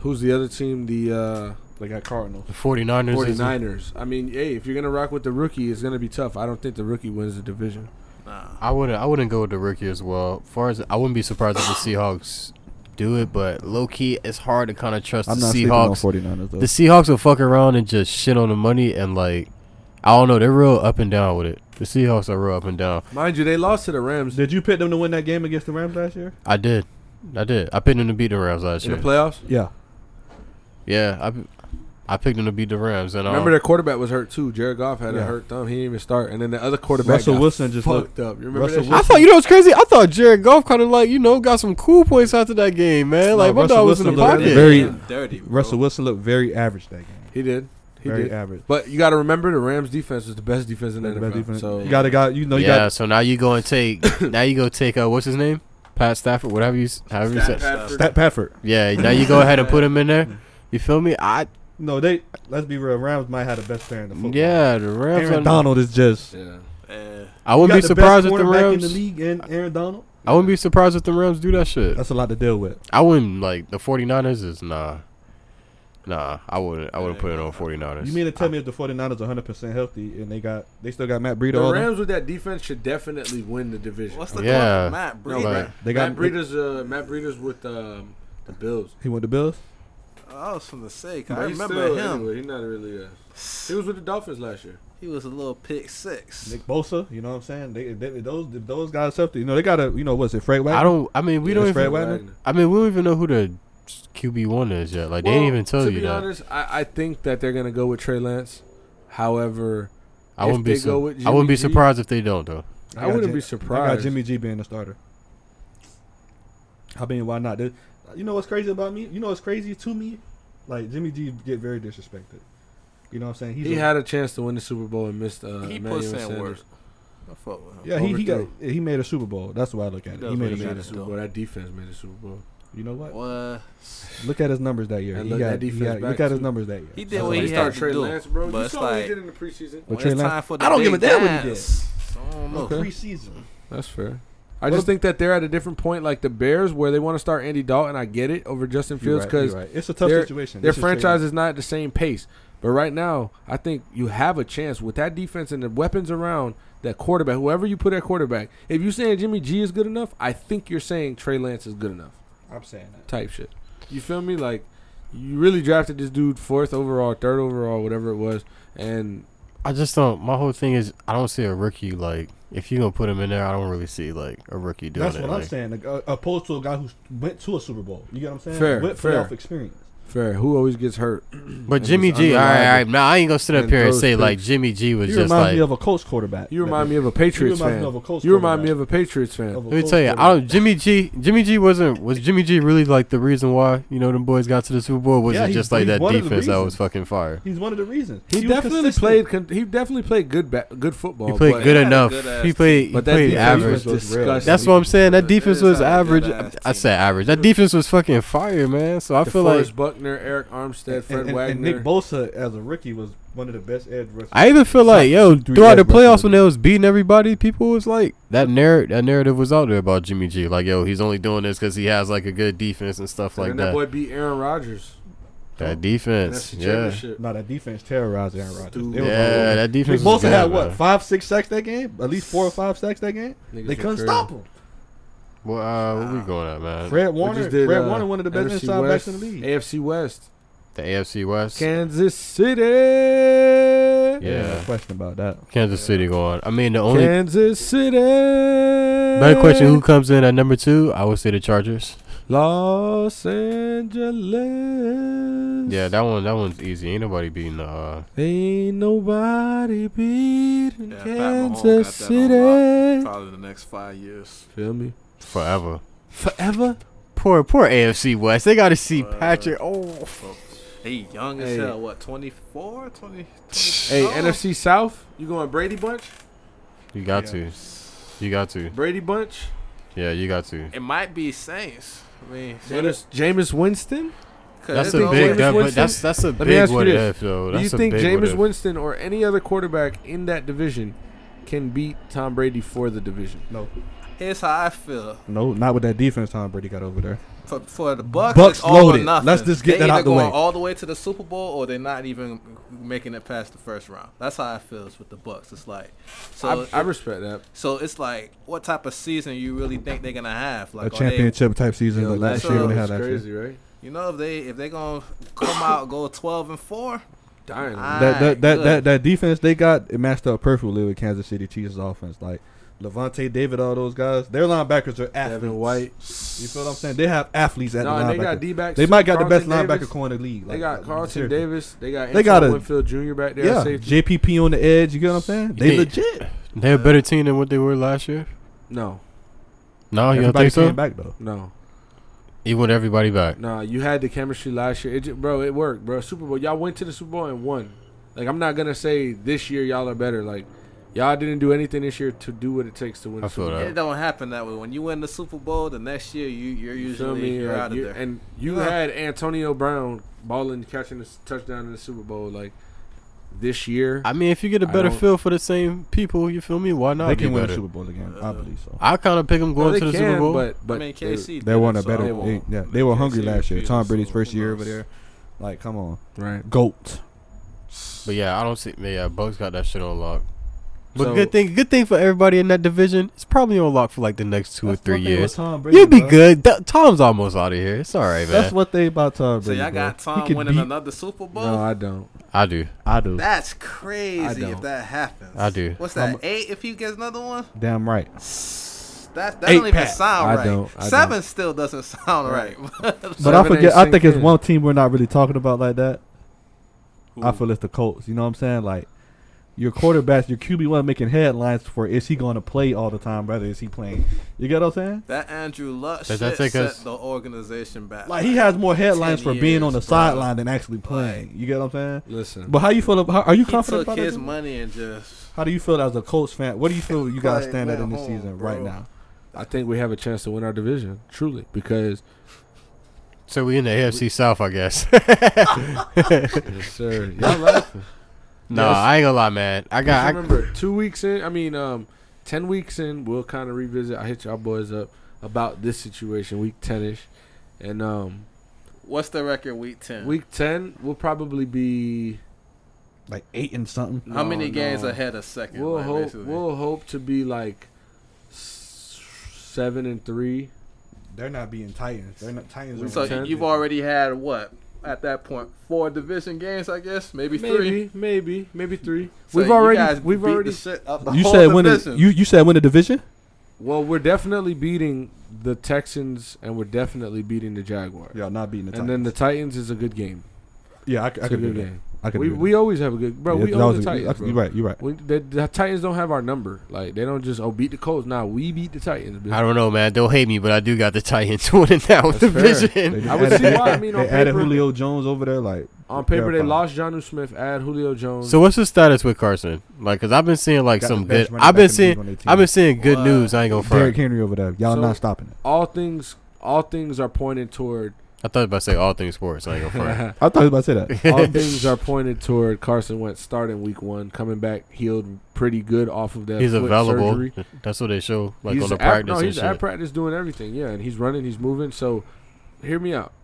Speaker 1: who's the other team? The uh,
Speaker 4: They got Cardinals.
Speaker 5: The 49ers. is-
Speaker 1: 49ers. I mean, hey, if you're gonna rock with the rookie, it's gonna be tough. I don't think the rookie wins the division.
Speaker 5: I wouldn't. I wouldn't go with the rookie as well. Far as I wouldn't be surprised if the Seahawks do it, but low key, it's hard to kind of trust
Speaker 4: I'm
Speaker 5: the
Speaker 4: not sleeping on
Speaker 5: Seahawks.
Speaker 4: 49ers though.
Speaker 5: The Seahawks will fuck around and just shit on the money and like, I don't know. They're real up and down with it. The Seahawks are real up and down.
Speaker 1: Mind you, they lost to the Rams
Speaker 4: Did you pick them to win that game against the Rams last year?
Speaker 5: I did. I did. I picked them to beat the Rams last
Speaker 1: in the
Speaker 5: year.
Speaker 1: playoffs.
Speaker 4: Yeah.
Speaker 5: yeah, I, I picked them to beat the Rams. And um,
Speaker 1: Remember, their quarterback was hurt too. Jared Goff had a
Speaker 4: Yeah.
Speaker 1: hurt thumb. He didn't even start. And then the other quarterback
Speaker 4: Russell
Speaker 1: got
Speaker 4: Wilson just
Speaker 1: fucked
Speaker 4: looked.
Speaker 1: up. You remember
Speaker 4: Russell
Speaker 1: that?
Speaker 5: I
Speaker 1: shit?
Speaker 5: thought you know what's crazy. I thought Jared Goff kind of like you know got some cool points out of that game, man. Like my
Speaker 4: Russell
Speaker 5: dog was in the
Speaker 4: Wilson looked
Speaker 5: pocket.
Speaker 4: Very-
Speaker 6: Damn dirty. Bro.
Speaker 4: Russell Wilson looked very average that game.
Speaker 1: He did. He
Speaker 4: very
Speaker 1: did.
Speaker 4: average.
Speaker 1: But you got to remember, the Rams defense was the best defense in the,
Speaker 4: They're the
Speaker 1: NFL.
Speaker 4: best defense.
Speaker 1: So
Speaker 4: you got a guy. You know. Oh, You
Speaker 5: yeah.
Speaker 4: got
Speaker 5: so now you go and take. now you go take. Uh, what's his name? Pat Stafford. Whatever you. s- However you said.
Speaker 4: Stat Pafford.
Speaker 5: Yeah. Now you go ahead and put him in there. You feel me? I.
Speaker 4: No, they. Let's be real. Rams might have the best player in the football.
Speaker 5: Yeah. The Rams.
Speaker 4: Aaron
Speaker 5: are-
Speaker 4: Donald is just.
Speaker 1: yeah.
Speaker 6: Eh,
Speaker 5: I
Speaker 4: You got
Speaker 5: wouldn't be
Speaker 4: the
Speaker 5: surprised
Speaker 4: best
Speaker 5: if the
Speaker 4: quarterback in
Speaker 5: Rams.
Speaker 4: the league and Aaron Donald.
Speaker 5: I wouldn't be surprised if the Rams do that shit.
Speaker 4: That's a lot to deal with.
Speaker 5: I wouldn't like the 49ers is nah. Nah, I wouldn't. I wouldn't put it on 49ers.
Speaker 4: You mean to tell me if the 49ers are 100 percent healthy and they got they still got Matt Breida?
Speaker 1: The
Speaker 4: on them?
Speaker 1: Rams with that defense should definitely win the division.
Speaker 6: what's the
Speaker 5: Yeah.
Speaker 6: yeah. Matt
Speaker 1: No,
Speaker 6: Breida.
Speaker 5: like-
Speaker 4: They
Speaker 1: Matt
Speaker 4: got
Speaker 1: Breeder's uh, Matt Breeder's with um, the Bills.
Speaker 4: he went to Bills.
Speaker 6: I was from the sake. I
Speaker 1: But he's
Speaker 6: remember
Speaker 1: still-
Speaker 6: him.
Speaker 1: Anyway, he's not really. Uh, he was with the Dolphins last year.
Speaker 6: He was a little pick six.
Speaker 4: Nick Bosa, you know what I'm saying? They, they, those if those guys up to you know they gotta you know what's it Fred Wagner?
Speaker 5: I don't. I mean, we
Speaker 4: Yeah,
Speaker 5: don't
Speaker 4: it's Fred
Speaker 5: even.
Speaker 4: Wagner.
Speaker 5: I mean, we don't even know who the QB one is yet. Like they didn't
Speaker 1: Well,
Speaker 5: even tell
Speaker 1: to
Speaker 5: you
Speaker 1: be
Speaker 5: that.
Speaker 1: honest, I, I think that they're gonna go with Trey Lance. However,
Speaker 5: I
Speaker 1: if
Speaker 5: wouldn't be.
Speaker 1: they go
Speaker 5: Su-
Speaker 1: with
Speaker 5: I wouldn't be
Speaker 1: Jimmy G-
Speaker 5: surprised if they don't though.
Speaker 1: I,
Speaker 4: got
Speaker 1: wouldn't
Speaker 4: Jim-
Speaker 1: be
Speaker 4: I
Speaker 1: surprised.
Speaker 4: got Jimmy G being the starter. I mean, why not? There- You know what's crazy about me? You know what's crazy to me? Like Jimmy G get very disrespected. You know what I'm saying? He's
Speaker 1: he
Speaker 4: a-
Speaker 1: had a chance to win the Super Bowl and missed. Uh,
Speaker 6: he
Speaker 1: Emmanuel
Speaker 6: puts in
Speaker 1: Sanders.
Speaker 6: work. I fuck with him.
Speaker 4: yeah he, he got
Speaker 1: overthrew.
Speaker 4: he made a Super Bowl. That's why I look at
Speaker 6: He
Speaker 4: it.
Speaker 6: does
Speaker 4: He
Speaker 6: what
Speaker 4: made
Speaker 1: He
Speaker 4: a
Speaker 1: made the
Speaker 4: Super Bowl.
Speaker 1: Super Bowl. That defense made the Super Bowl.
Speaker 4: You know what?
Speaker 6: What?
Speaker 4: Look at his numbers that year.
Speaker 1: And
Speaker 4: He
Speaker 1: look,
Speaker 4: got,
Speaker 1: that
Speaker 4: he
Speaker 1: defense
Speaker 4: got-
Speaker 1: back,
Speaker 4: look at his
Speaker 1: too.
Speaker 4: numbers that year.
Speaker 6: He did
Speaker 4: That's
Speaker 6: what
Speaker 4: all
Speaker 1: They
Speaker 6: he
Speaker 4: I'm
Speaker 6: had
Speaker 1: start
Speaker 6: to
Speaker 1: Trey
Speaker 6: do,
Speaker 1: Lance, bro.
Speaker 6: but
Speaker 1: you
Speaker 6: it's
Speaker 1: saw what he
Speaker 6: like-
Speaker 1: did in the preseason.
Speaker 4: But
Speaker 6: When
Speaker 4: Trey
Speaker 6: it's
Speaker 4: Lance-
Speaker 6: time for the
Speaker 4: I don't give a
Speaker 6: big
Speaker 4: damn what he did.
Speaker 6: dance. I don't know.
Speaker 1: Okay.
Speaker 4: Preseason.
Speaker 1: That's fair. I
Speaker 4: Well,
Speaker 1: just think that they're at a different point, like the Bears, where they want to start Andy Dalton. I get it over Justin
Speaker 4: You're
Speaker 1: Fields
Speaker 4: right, you're
Speaker 1: because
Speaker 4: right. it's a tough
Speaker 1: their-
Speaker 4: situation.
Speaker 1: Their
Speaker 4: This is Trey
Speaker 1: franchise
Speaker 4: Lance.
Speaker 1: is not at the same pace. But right now, I think you have a chance with that defense and the weapons around that quarterback, whoever you put at quarterback. If you're saying Jimmy G is good enough, I think you're saying Trey Lance is good enough.
Speaker 4: I'm saying that.
Speaker 1: Type shit. You feel me? Like you really drafted this dude fourth overall, third overall, whatever it was, and
Speaker 5: I just don't. My whole thing is I don't see a rookie like if you gonna put him in there. I don't really see like a rookie doing
Speaker 4: That's
Speaker 5: it.
Speaker 4: what I'm
Speaker 5: like-
Speaker 4: saying. Like, uh, opposed to a guy who went to a Super Bowl. You get what I'm saying?
Speaker 1: Fair,
Speaker 4: With
Speaker 1: fair.
Speaker 4: playoff experience.
Speaker 1: Fair. Who always gets hurt?
Speaker 5: But Jimmy
Speaker 1: he's
Speaker 5: G, all right, all right.
Speaker 1: unreliable.
Speaker 5: Now I ain't gonna sit up
Speaker 1: And
Speaker 5: here and
Speaker 1: throws
Speaker 5: say like
Speaker 1: picks.
Speaker 5: Jimmy G was
Speaker 4: You
Speaker 5: just
Speaker 4: remind
Speaker 5: like.
Speaker 4: me of a Colts quarterback.
Speaker 1: You remind me of a Patriots
Speaker 4: remind
Speaker 1: fan.
Speaker 4: me of a Colts
Speaker 1: You remind me
Speaker 4: quarterback.
Speaker 1: of a Patriots fan.
Speaker 5: Let me tell you, I don't, Jimmy G, Jimmy G wasn't was Jimmy G really like the reason why you know them boys got to the Super Bowl? Was
Speaker 4: Yeah,
Speaker 5: it
Speaker 4: he-
Speaker 5: just like
Speaker 4: he-
Speaker 5: that
Speaker 4: one of the
Speaker 5: defense that was
Speaker 4: reasons.
Speaker 5: fucking fire?
Speaker 4: He's one of the reasons.
Speaker 1: He,
Speaker 4: was
Speaker 1: definitely
Speaker 4: consistent.
Speaker 1: played. Con- he definitely played good. Ba- good football.
Speaker 5: He played
Speaker 1: Oh, but-
Speaker 5: good
Speaker 6: had a
Speaker 5: enough.
Speaker 6: good ass
Speaker 5: he played. He
Speaker 1: But that
Speaker 5: played
Speaker 1: defense was
Speaker 5: average.
Speaker 4: That's
Speaker 1: disgusting.
Speaker 5: That's what I'm saying. That
Speaker 6: It
Speaker 5: defense
Speaker 6: is
Speaker 5: was
Speaker 6: not a
Speaker 5: average.
Speaker 6: good ass
Speaker 5: I
Speaker 6: team.
Speaker 5: said average. That defense was fucking fire, man. So I feel like
Speaker 1: DeForest Buckner, Eric Armstead, Fred
Speaker 4: and, and,
Speaker 1: Wagner.
Speaker 4: and Nick Bosa as a rookie was one of the best edge rushers.
Speaker 5: I even feel like yo
Speaker 4: three
Speaker 5: throughout the
Speaker 4: guys
Speaker 5: playoffs
Speaker 4: wrestled.
Speaker 5: when they was beating everybody, people was like that narrative. That narrative was out there about Jimmy G. Like yo, he's only doing this because he has like a good defense and stuff like
Speaker 1: and that,
Speaker 5: that.
Speaker 1: boy beat Aaron Rodgers.
Speaker 5: that defense,
Speaker 1: NFC
Speaker 5: yeah,
Speaker 1: Championship.
Speaker 4: no, that defense terrorized Aaron Rodgers. They was all over.
Speaker 5: yeah, that defense.
Speaker 4: Nick
Speaker 5: was
Speaker 4: Bosa
Speaker 5: good,
Speaker 4: had what
Speaker 5: man.
Speaker 4: five, six sacks that game? At least four or five sacks that game.
Speaker 1: Niggas
Speaker 4: they
Speaker 1: were
Speaker 4: couldn't
Speaker 1: crazy.
Speaker 4: stop him.
Speaker 5: Well, uh, what we going at, man?
Speaker 4: Fred
Speaker 1: We
Speaker 4: Warner,
Speaker 1: just did,
Speaker 4: Fred
Speaker 1: uh,
Speaker 4: Warner, one of the best
Speaker 1: NFC
Speaker 4: inside
Speaker 1: West,
Speaker 4: backs in the league.
Speaker 1: AFC West,
Speaker 5: The AFC West,
Speaker 1: Kansas City,
Speaker 4: There's no
Speaker 5: yeah,
Speaker 4: question about that.
Speaker 5: Kansas City going. I mean, the only
Speaker 1: Kansas City.
Speaker 5: better question: Who comes in at number two? I would say the Chargers.
Speaker 1: Los Angeles.
Speaker 5: Yeah, that one, that one's easy. Ain't nobody beating the. Uh,
Speaker 1: Ain't nobody beating
Speaker 6: Yeah, Pat Mahomes got
Speaker 1: Kansas
Speaker 6: that on
Speaker 1: City.
Speaker 6: Probably the next five years.
Speaker 1: Feel me?
Speaker 5: Forever.
Speaker 1: Forever.
Speaker 5: Poor, poor AFC West. They got to see Patrick. Oh,
Speaker 6: He young
Speaker 1: Hey.
Speaker 6: as hell. What, 24? 20?
Speaker 1: Hey,
Speaker 6: Oh.
Speaker 1: NFC South. You going Brady Bunch?
Speaker 5: you got to, you got to.
Speaker 1: Brady Bunch.
Speaker 5: Yeah, you got to.
Speaker 6: It might be Saints. I mean,
Speaker 1: Jameis, Jameis Winston.
Speaker 6: cause
Speaker 5: That's
Speaker 6: it's
Speaker 5: a
Speaker 6: no
Speaker 5: big.
Speaker 6: way-
Speaker 5: That, but
Speaker 1: Winston-
Speaker 5: that's that's a
Speaker 1: me
Speaker 5: big
Speaker 1: ask you
Speaker 5: what
Speaker 1: this.
Speaker 5: if though.
Speaker 1: Do
Speaker 5: That's
Speaker 1: you
Speaker 5: a
Speaker 1: think
Speaker 5: big what
Speaker 1: Jameis
Speaker 5: if.
Speaker 1: Winston or any other quarterback in that division can beat Tom Brady for the division?
Speaker 4: No,
Speaker 6: Here's how I feel.
Speaker 4: no, not with that defense Tom Brady got over there.
Speaker 6: For, for the Bucks,
Speaker 4: Bucks
Speaker 6: it's all or
Speaker 4: loaded.
Speaker 6: nothing.
Speaker 4: Let's just get
Speaker 6: they
Speaker 4: that
Speaker 6: either
Speaker 4: out the
Speaker 6: going
Speaker 4: way.
Speaker 6: all the way to the Super Bowl, or they're not even making it past the first round. That's how I feel with the Bucks. It's like, so,
Speaker 1: I, I respect that.
Speaker 6: so it's like, what type of season you really think they're gonna have? Like,
Speaker 4: a
Speaker 1: oh,
Speaker 6: are they-
Speaker 4: championship type season like last
Speaker 6: that's
Speaker 4: year when they
Speaker 6: all-
Speaker 4: had
Speaker 1: that's
Speaker 4: that.
Speaker 1: crazy,
Speaker 4: shit.
Speaker 1: right?
Speaker 6: you know, if they if they gonna come out go twelve and four,
Speaker 1: Dying.
Speaker 6: I-
Speaker 4: That that that,
Speaker 6: Good.
Speaker 4: that that defense they got it matched up perfectly with Kansas City Chiefs offense. Like Levante David, all those guys, their linebackers are athletes.
Speaker 1: Devin White.
Speaker 4: You feel what I'm saying? They have athletes at
Speaker 1: No,
Speaker 4: the
Speaker 1: and
Speaker 4: linebacker.
Speaker 1: they got D backs.
Speaker 4: They might got the best
Speaker 1: Davis.
Speaker 4: linebacker corner in the league.
Speaker 1: They got Carlton
Speaker 4: seriously.
Speaker 1: Davis. They got
Speaker 4: They got
Speaker 1: Antoine
Speaker 4: a-
Speaker 1: Winfield Jr. back there.
Speaker 4: Yeah,
Speaker 1: Safety.
Speaker 4: JPP on the edge. You get what I'm saying? They
Speaker 5: think-
Speaker 4: legit.
Speaker 5: They're a better team than what they were last year.
Speaker 1: No,
Speaker 5: No, you don't
Speaker 4: Everybody
Speaker 5: think so?
Speaker 4: came back though.
Speaker 1: no,
Speaker 5: He want everybody back.
Speaker 1: no. You had the chemistry last year, it ju- bro. It worked, bro. Super Bowl. Y'all went to the Super Bowl and won. Like I'm not gonna say this year y'all are better. Like y'all didn't do anything this year to do what it takes to win.
Speaker 5: I
Speaker 1: the Super
Speaker 5: feel
Speaker 1: Bowl.
Speaker 5: that.
Speaker 6: it don't happen that way. When you win the Super Bowl, the next year you you're
Speaker 1: You feel
Speaker 6: usually
Speaker 1: me?
Speaker 6: you're
Speaker 1: Like,
Speaker 6: out of
Speaker 1: you-
Speaker 6: there.
Speaker 1: And you
Speaker 6: Yeah.
Speaker 1: had Antonio Brown balling, catching a s- touchdown in the Super Bowl. Like this year,
Speaker 5: I mean, if you get a
Speaker 1: I
Speaker 5: better
Speaker 1: don't-
Speaker 5: feel for the same people, you feel me? Why not?
Speaker 4: they
Speaker 5: be
Speaker 4: can win
Speaker 5: better?
Speaker 4: the Super Bowl again. I believe so.
Speaker 5: I kind of pick them going
Speaker 1: No, they
Speaker 5: to the
Speaker 1: can,
Speaker 5: Super Bowl.
Speaker 1: but but
Speaker 6: I mean,
Speaker 1: they-
Speaker 6: KC did
Speaker 4: They won
Speaker 6: it,
Speaker 4: a
Speaker 6: so
Speaker 4: better.
Speaker 6: I
Speaker 4: they,
Speaker 6: won't.
Speaker 4: yeah, they were
Speaker 6: KC
Speaker 4: hungry last year.
Speaker 6: repeated,
Speaker 4: Tom Brady's
Speaker 6: so
Speaker 4: first
Speaker 6: who
Speaker 4: year over
Speaker 6: knows?
Speaker 4: there. Like, come on,
Speaker 1: right.
Speaker 4: goat.
Speaker 5: But yeah, I don't see. Yeah, Bucks got that shit on lock. But
Speaker 1: So-
Speaker 5: good thing, good thing for everybody in that division. It's probably on lock for like the next two or
Speaker 4: That's
Speaker 5: three
Speaker 4: one thing with
Speaker 5: years.
Speaker 4: Tom Brady,
Speaker 5: You'll be
Speaker 4: bro.
Speaker 5: good. Th- Tom's almost out of here. It's all right, man.
Speaker 4: That's what they about Tom
Speaker 6: So
Speaker 4: Brady.
Speaker 6: y'all got
Speaker 4: bro. He
Speaker 6: Tom
Speaker 4: could
Speaker 6: winning
Speaker 4: beat-
Speaker 6: another Super Bowl.
Speaker 1: No, I don't.
Speaker 5: I do.
Speaker 4: I do.
Speaker 6: That's
Speaker 1: I
Speaker 6: crazy
Speaker 1: don't.
Speaker 6: if that happens.
Speaker 5: I do.
Speaker 6: What's that? eight if he gets another one?
Speaker 4: Damn right.
Speaker 6: That that
Speaker 4: Eight
Speaker 6: don't even
Speaker 4: pack.
Speaker 6: sound
Speaker 1: I
Speaker 6: right.
Speaker 1: don't- I
Speaker 6: Seven
Speaker 1: don't.
Speaker 6: still doesn't sound right.
Speaker 4: But
Speaker 1: Seven
Speaker 4: I
Speaker 1: ain't
Speaker 4: forget. I
Speaker 1: sink
Speaker 4: think it's
Speaker 1: in.
Speaker 4: one team we're not really talking about like that. I feel it's the Colts. You know what I'm saying? Like your quarterbacks, your QB one making headlines for is he going to play all the time? Rather, is he playing? You get what I'm saying?
Speaker 6: that Andrew Luck
Speaker 5: Does
Speaker 6: shit
Speaker 5: that take
Speaker 6: set
Speaker 5: us-
Speaker 6: the organization back.
Speaker 4: Like he has more headlines for
Speaker 6: Ten
Speaker 4: being on the
Speaker 6: years, bro.
Speaker 4: sideline than actually playing. You get what I'm saying?
Speaker 1: Listen,
Speaker 4: But how you feel? About, how, are you
Speaker 6: he
Speaker 4: confident
Speaker 6: took
Speaker 4: about
Speaker 6: his
Speaker 4: that?
Speaker 6: money and just
Speaker 4: How do you feel as a Colts fan? What do you feel you guys
Speaker 6: Like,
Speaker 4: stand at in
Speaker 6: man,
Speaker 4: this
Speaker 6: hold
Speaker 4: season
Speaker 6: on,
Speaker 4: right
Speaker 6: bro.
Speaker 4: now?
Speaker 1: I think we have a chance to win our division truly because
Speaker 5: So we in the AFC South, I guess.
Speaker 1: yes, sir, y'all laughing.
Speaker 5: no, I ain't gonna lie, man. I
Speaker 1: Just
Speaker 5: got. I,
Speaker 1: remember, two weeks in, I mean, um, ten weeks in, we'll kind of revisit. I hit y'all boys up about this situation, week ten ish, and um,
Speaker 6: what's the record week ten?
Speaker 1: week ten will probably be.
Speaker 4: Like eight and something.
Speaker 6: How
Speaker 1: no,
Speaker 6: many games
Speaker 1: no.
Speaker 6: ahead of 2nd
Speaker 1: We'll
Speaker 6: like,
Speaker 1: hope.
Speaker 6: basically?
Speaker 1: We'll hope to be like s- seven and three.
Speaker 4: They're not being Titans. They're not Titans.
Speaker 1: are
Speaker 6: so
Speaker 1: ten.
Speaker 6: you've already had what at that point four division games, I guess maybe, three.
Speaker 1: Maybe, maybe, maybe three.
Speaker 6: So
Speaker 1: we've
Speaker 6: you
Speaker 1: already,
Speaker 6: guys
Speaker 1: we've
Speaker 6: beat the
Speaker 1: already.
Speaker 6: shit out the
Speaker 4: you
Speaker 6: whole
Speaker 4: said win the
Speaker 6: division.
Speaker 4: you you said win the division.
Speaker 1: Well, we're definitely beating the Texans, and we're definitely beating the Jaguars.
Speaker 4: Yeah, not beating the
Speaker 1: and then the Titans is a good game.
Speaker 4: yeah, I, c-
Speaker 1: It's
Speaker 4: I
Speaker 1: a
Speaker 4: could do
Speaker 1: good
Speaker 4: that.
Speaker 1: game.
Speaker 4: I could
Speaker 1: We,
Speaker 4: do that.
Speaker 1: we always have a good bro.
Speaker 4: Yeah,
Speaker 1: we
Speaker 4: that
Speaker 1: own
Speaker 4: was
Speaker 1: the
Speaker 4: a good-
Speaker 1: Titans.
Speaker 4: that's-
Speaker 1: Bro.
Speaker 4: You're right. You're right.
Speaker 1: We, the, the Titans don't have our number. Like they don't just oh beat the Colts. Nah, we beat the Titans. bitch.
Speaker 5: I don't know, man. Don't hate me, but I do got the Titans winning that with
Speaker 1: That's fair.
Speaker 5: division.
Speaker 1: I would
Speaker 4: added-
Speaker 1: see why. I mean,
Speaker 4: they
Speaker 1: on
Speaker 4: added
Speaker 1: paper-
Speaker 4: Julio Jones over there. Like
Speaker 1: On paper, they
Speaker 4: Terrifying.
Speaker 1: lost Johnu Smith, add Julio Jones.
Speaker 5: So what's the status with Carson? Like, cause I've been seeing like
Speaker 4: Got
Speaker 5: some
Speaker 4: the bench
Speaker 5: good.
Speaker 4: running
Speaker 5: I've been
Speaker 4: back in the league
Speaker 5: seeing.
Speaker 4: on their team.
Speaker 5: I've been seeing good
Speaker 6: Wow.
Speaker 5: news. I ain't gonna front.
Speaker 4: Derrick Henry over there. Y'all
Speaker 1: So-
Speaker 4: not stopping it.
Speaker 1: all things, all things are pointed toward.
Speaker 5: I thought about to say all things sports. I ain't gonna
Speaker 1: all
Speaker 4: I thought you was about to say that.
Speaker 5: front.
Speaker 1: things are pointed toward Carson Wentz starting Week One, coming back healed pretty good off of that.
Speaker 5: he's
Speaker 1: foot
Speaker 5: available.
Speaker 1: Surgery.
Speaker 5: That's what they show, like
Speaker 1: he's
Speaker 5: on the
Speaker 1: at-
Speaker 5: practice
Speaker 1: no,
Speaker 5: and
Speaker 1: he's
Speaker 5: shit.
Speaker 1: at practice doing everything. Yeah, and he's running, he's moving. So, hear me out.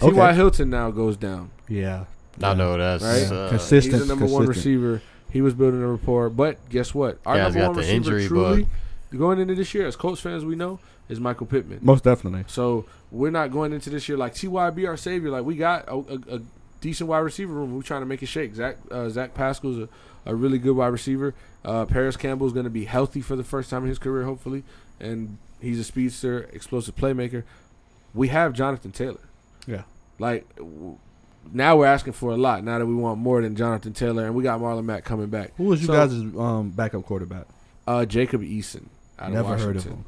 Speaker 4: Okay.
Speaker 1: T.Y. Hilton now goes down.
Speaker 4: yeah.
Speaker 5: I know that's
Speaker 1: Right?
Speaker 5: uh,
Speaker 4: Consistent.
Speaker 1: he's the number one
Speaker 4: consistent.
Speaker 1: receiver. He was building a rapport, but guess what? Our
Speaker 5: Guy's
Speaker 1: number
Speaker 5: got
Speaker 1: one
Speaker 5: the
Speaker 1: receiver
Speaker 5: injury,
Speaker 1: truly going into this year, as Colts fans we know, is Michael Pittman.
Speaker 4: Most definitely.
Speaker 1: So we're not going into this year like TYB our savior. Like we got a, a, a decent wide receiver room. We're trying to make it shake. Zach uh, Zach Pascal's a, a really good wide receiver. Uh, Paris Campbell's going to be healthy for the first time in his career, hopefully, and he's a speedster, explosive playmaker. We have Jonathan Taylor.
Speaker 4: Yeah.
Speaker 1: Like w- now we're asking for a lot. Now that we want more than Jonathan Taylor, and we got Marlon Mack coming back.
Speaker 4: Who was you
Speaker 1: So-
Speaker 4: guys' um, backup quarterback?
Speaker 1: Uh, Jacob Eason. Out of
Speaker 4: Never
Speaker 1: Washington.
Speaker 4: heard of him.